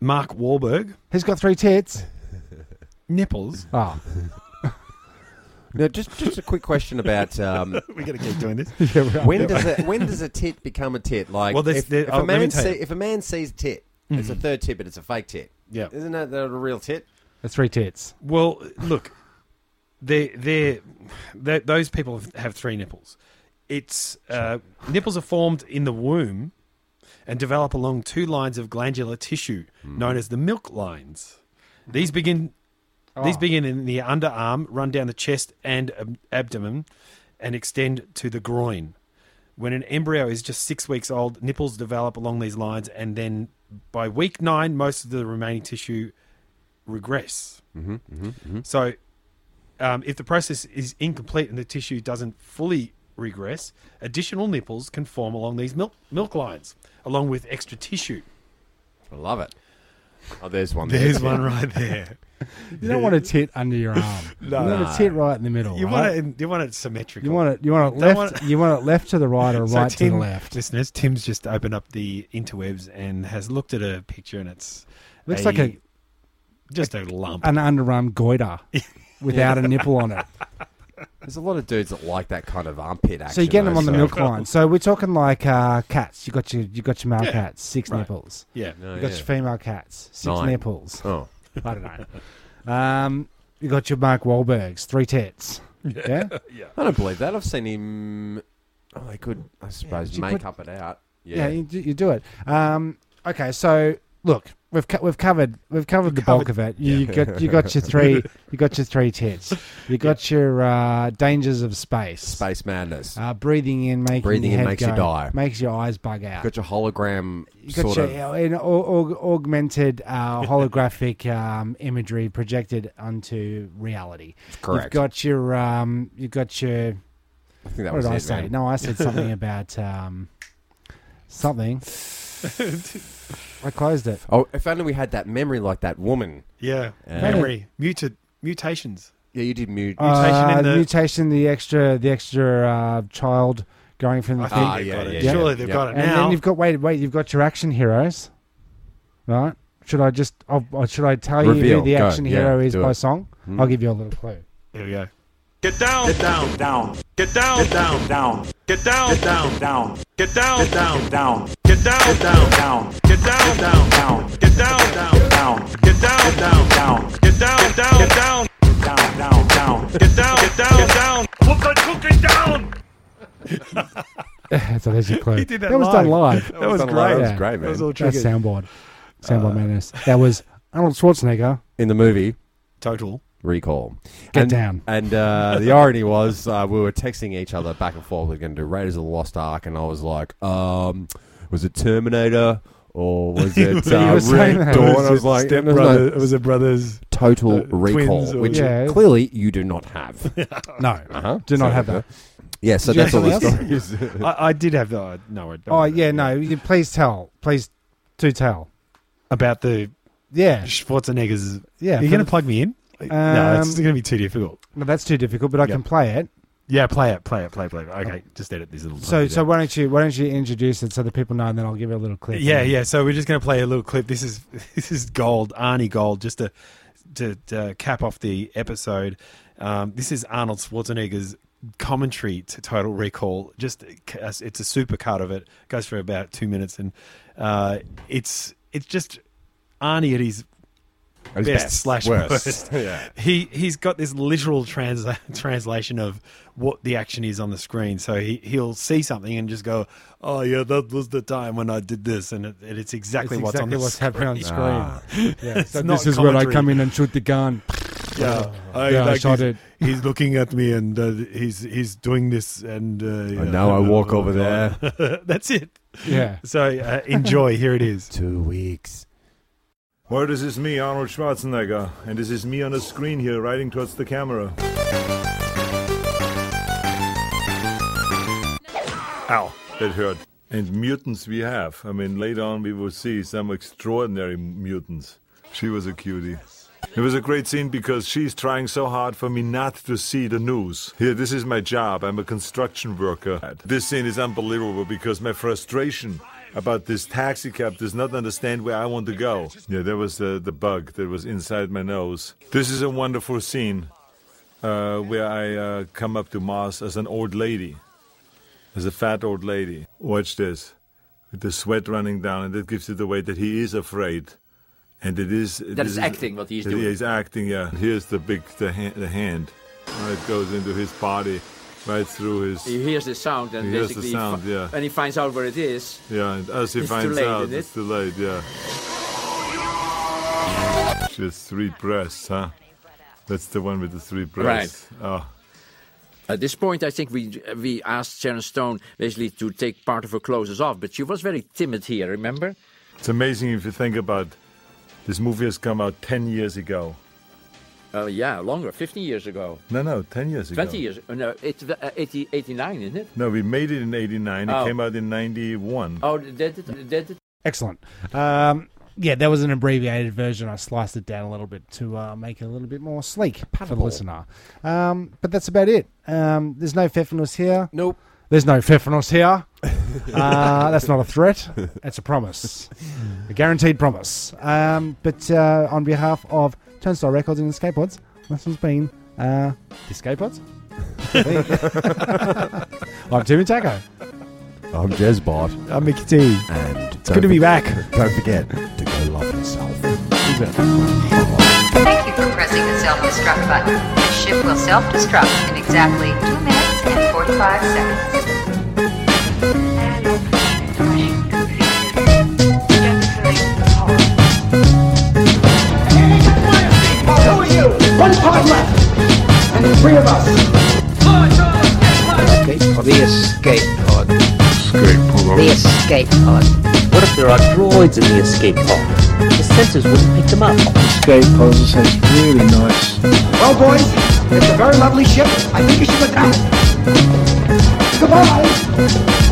S4: Mark Wahlberg,
S6: He's got
S4: *laughs*
S6: three tits.
S4: nipples.
S6: Oh,
S5: Now, just just a quick question about um,
S4: We're gonna keep doing this.
S6: *laughs*
S5: when does a, when does a tit become a tit? Like,
S4: Well, there's-
S5: if,
S4: there-
S5: if a
S4: oh, let me
S5: man
S4: tell
S5: see,
S4: you.
S5: if a man sees tit,
S6: Mm.
S5: it's a third tit, but it's a fake tit.
S4: Yeah.
S5: Isn't that, that a real tit?
S6: that's three tits.
S4: Well, look, they they they those people have- have three nipples. It's uh, nipples are formed in the womb and develop along two lines of glandular tissue known as the milk lines. These begin these begin in the underarm, run down the chest and ab- abdomen, and extend to the groin. When an embryo is just six weeks old, nipples develop along these lines, and then by week nine, most of the remaining tissue regress. So, um, if the process is incomplete and the tissue doesn't fully regress, additional nipples can form along these milk milk lines, along with extra tissue.
S5: I love it. Oh, there's one.
S4: *laughs* There's one right *laughs* there.
S6: You don't want a tit under your
S4: *laughs*
S6: arm. You want a tit right in the middle.
S4: You
S6: right?
S4: want it? You want it symmetrical.
S6: You want it. You want it
S4: Don't
S6: left.
S4: want-
S6: You want it left
S4: *laughs*
S6: to the right or
S4: So
S6: right to
S4: Tim-
S6: the left.
S4: Listeners, Tim's just opened up the interwebs and has looked at a picture, and it's
S6: Looks like a Uh,
S4: just a lump.
S6: an
S4: *laughs*
S6: underarm goiter without a nipple on it.
S5: There's a lot of dudes that like that kind of armpit action.
S6: So you're getting them
S5: though,
S6: on the
S5: so-
S6: milk line. So we're talking like uh, cats. You got your you got your male cats, six
S4: Right.
S6: nipples.
S4: yeah,
S5: No,
S6: You got
S5: Oh, yeah.
S6: your female cats, six
S5: Nine.
S6: nipples.
S5: Oh,
S6: I don't know. Um, you got your Mark Wahlbergs,
S4: *laughs*
S6: three tits. Yeah, yeah.
S5: I don't believe that. I've seen him. Oh, they could, I suppose,
S6: you
S5: make
S6: put-
S5: up it out. Yeah.
S6: you, do- you do it. Um, okay, so look, we've co- we've covered we've covered the bulk of it. You, you got
S5: *laughs*
S6: you got your three you got your three tits. You got your uh, dangers of space.
S5: Space madness.
S6: Uh, breathing in, making
S5: Breathing
S6: your
S5: in
S6: head
S5: makes you
S6: go,
S5: die.
S6: makes your eyes bug out.
S5: got your hologram
S6: You got
S5: sort
S6: your
S5: of.
S6: uh, an au- au- augmented
S5: *laughs*
S6: uh, holographic um, imagery projected onto reality.
S5: Correct.
S6: You've got your um, you've got your
S5: I think that
S6: what
S5: was
S6: did I
S5: it,
S6: say?
S5: man.
S6: No, I
S5: *laughs*
S6: said something about um, something. I closed it.
S5: Oh, if only we had that memory like that woman.
S4: yeah.
S5: Uh,
S4: Memory muted mutations.
S5: Yeah, you did mute.
S4: Mutation in
S6: Uh,
S4: the-
S6: mutation, the extra, the extra uh, child going from the
S4: I think
S5: Ah,
S4: they've
S5: yeah,
S4: got it.
S5: yeah,
S4: Surely
S5: yeah.
S4: they've
S5: Yeah.
S4: got it
S6: and
S4: now.
S6: then you've got wait, wait, you've got your action heroes, right? Should I just? I'll, or should I tell you
S5: Reveal.
S6: who the
S5: Go.
S6: action
S5: Yeah,
S6: hero is
S5: do
S6: by
S5: it. Hmm?
S6: song? I'll give you a
S5: *laughs*
S6: little clue.
S4: Here we go.
S10: Get down. Get down. Get down. Get down. Get down. Get down. Get down. Down. Get down. Get down. Down. Get down. Down. Down. Get down. Down. Down. Get down. Down. Down. Get down. Down. Down. Get down. Down. Get down. Down. Down. Down. Get down. Get down. Get down. Put the cookie down.
S6: so there's your clue.
S4: He did that
S6: was done live.
S4: *laughs* That was
S5: done live. That
S4: great.
S6: Yeah.
S5: was great,
S4: That was
S5: man.
S4: all
S6: That's
S4: triggered.
S6: soundboard. Soundboard
S5: Uh,
S6: madness. That was Arnold Schwarzenegger.
S5: In the movie,
S4: Total.
S5: recall.
S6: Get
S5: and,
S6: down.
S5: And uh, the irony was, uh, we were texting each other back and forth. We are going to do Raiders of the Lost Ark, and I was like, um, was it Terminator or
S4: *laughs*
S5: was it
S6: You
S5: uh,
S6: were
S5: Red
S6: saying that.
S5: Dawn?
S6: It was
S5: I was like,
S4: Step
S5: no, no,
S4: brother. It was a brother's.
S5: Total
S4: uh,
S5: Recall,
S4: twins or-
S5: which
S6: Yeah.
S5: clearly you do not have.
S6: No,
S5: Uh-huh.
S6: do not have that.
S5: Yeah, so
S6: Did you
S5: that's all
S6: have
S5: the
S6: something
S5: story.
S4: I, I did have the. Uh, no, I don't
S6: Oh
S4: remember.
S6: yeah, no. You, please tell. Please do tell.
S4: About the
S6: Yeah,
S4: Schwarzenegger's.
S6: yeah.
S4: Are you
S6: for
S4: going to
S6: the-
S4: plug me in? no, it's
S6: Um,
S4: going to be too difficult.
S6: no, that's too difficult, but I
S4: Yeah.
S6: can play it.
S4: Yeah, play it, play it, play it, play it. Okay, just edit this little.
S6: So,
S4: tiny
S6: so
S4: bit.
S6: why don't you why don't you introduce it so the people know, and then I'll give it a little clip.
S4: Yeah, yeah. So we're just going to play a little clip. This is *laughs* this is gold, Arnie gold, just to to, to cap off the episode. Um, this is Arnold Schwarzenegger's commentary to Total Recall. Just it's a supercut of it. Goes for about two minutes, and uh, it's it's just Arnie at his
S5: At his
S4: *laughs* best,
S5: best,
S4: slash
S5: worst.
S4: worst.
S5: *laughs* Yeah.
S4: He he's got this literal transla- *laughs* translation of what the action is on the screen. So he he'll see something and just go, "Oh yeah, that was the time when I did this," and it, it's exactly
S6: It's
S4: what's on
S6: exactly
S4: the
S6: what's
S4: screen.
S6: happening on screen.
S5: Ah.
S4: *laughs*
S6: Yeah,
S4: It's
S6: so
S4: not
S6: this is where I
S4: commentary.
S6: come in and shoot the gun.
S4: Yeah, I,
S6: Yeah, I
S4: like
S6: shot
S4: he's,
S6: it.
S4: He's looking at me, and uh, he's he's doing this, and uh,
S5: And now I walk over
S4: there. *laughs* That's it.
S6: Yeah.
S4: So uh, enjoy. Here it is.
S5: Two weeks.
S2: Well, this is me, Arnold Schwarzenegger, and this is me on the screen here, riding towards the camera. Ow, that hurt. And mutants we have. I mean, later on we will see some extraordinary mutants. She was a cutie. It was a great scene because she's trying so hard for me not to see the news. Here, this is my job. I'm a construction worker. This scene is unbelievable because my frustration about this taxi cab does not understand where I want to go. Yeah, there was uh, the, the bug that was inside my nose. This is a wonderful scene uh, where I uh, come up to Mars as an old lady as a fat old lady. Watch this, with the sweat running down, and that gives it away that he is afraid, and it is.
S11: That is acting, what he is doing.
S2: He is acting. Yeah. Here's the big the hand. The hand. Now it goes into his body, right through his.
S11: He hears the sound and
S2: He hears the
S11: basically,
S2: sound,
S11: fi-
S2: yeah.
S11: and he finds out where it is.
S2: Yeah, and as he
S11: It's too
S2: finds
S11: late,
S2: out,
S11: isn't it?
S2: it's too late. Yeah. Just three breasts, huh? That's the one with the three breasts. Oh,
S11: At this point, I think we we asked Sharon Stone basically to take part of her clothes off, but she was very timid here. Remember?
S2: it's amazing if you think about. This movie has come out ten years ago.
S11: Uh, yeah, longer, 15 years ago,
S2: No, no, ten years ago.
S11: 20 years. uh, No, it, uh, 80, 89, isn't it?
S2: No, we made it in '89. It
S11: Oh.
S2: came out in '91.
S11: Oh, that it, that it.
S6: Excellent. Um, yeah, there was an abbreviated version. I sliced it down a little bit to uh, make it a little bit more sleek for the listener. Um, but that's about it. Um, there's no pfeffernuss here.
S5: Nope.
S6: There's no pfeffernuss here. Uh, that's not a threat. That's a promise. A guaranteed promise. Um, but uh, on behalf of Turnstile Records and Escape Pods, this has been uh, the Escape Pods. I'm Timmy Taco.
S5: I'm Jezbot.
S4: I'm Mickey T.
S5: And it's
S4: Good to be back.
S5: Don't forget to go love yourself.
S12: Thank you for pressing the self-destruct button. The ship will self-destruct in exactly 2 minutes and 45 seconds.
S3: The escape pod.
S13: The escape pod. What if there are droids in the escape pod? The sensors wouldn't pick them up.
S14: escape puzzle sounds really nice.
S13: Well, boys, it's a very lovely ship. I think you should look out. Goodbye.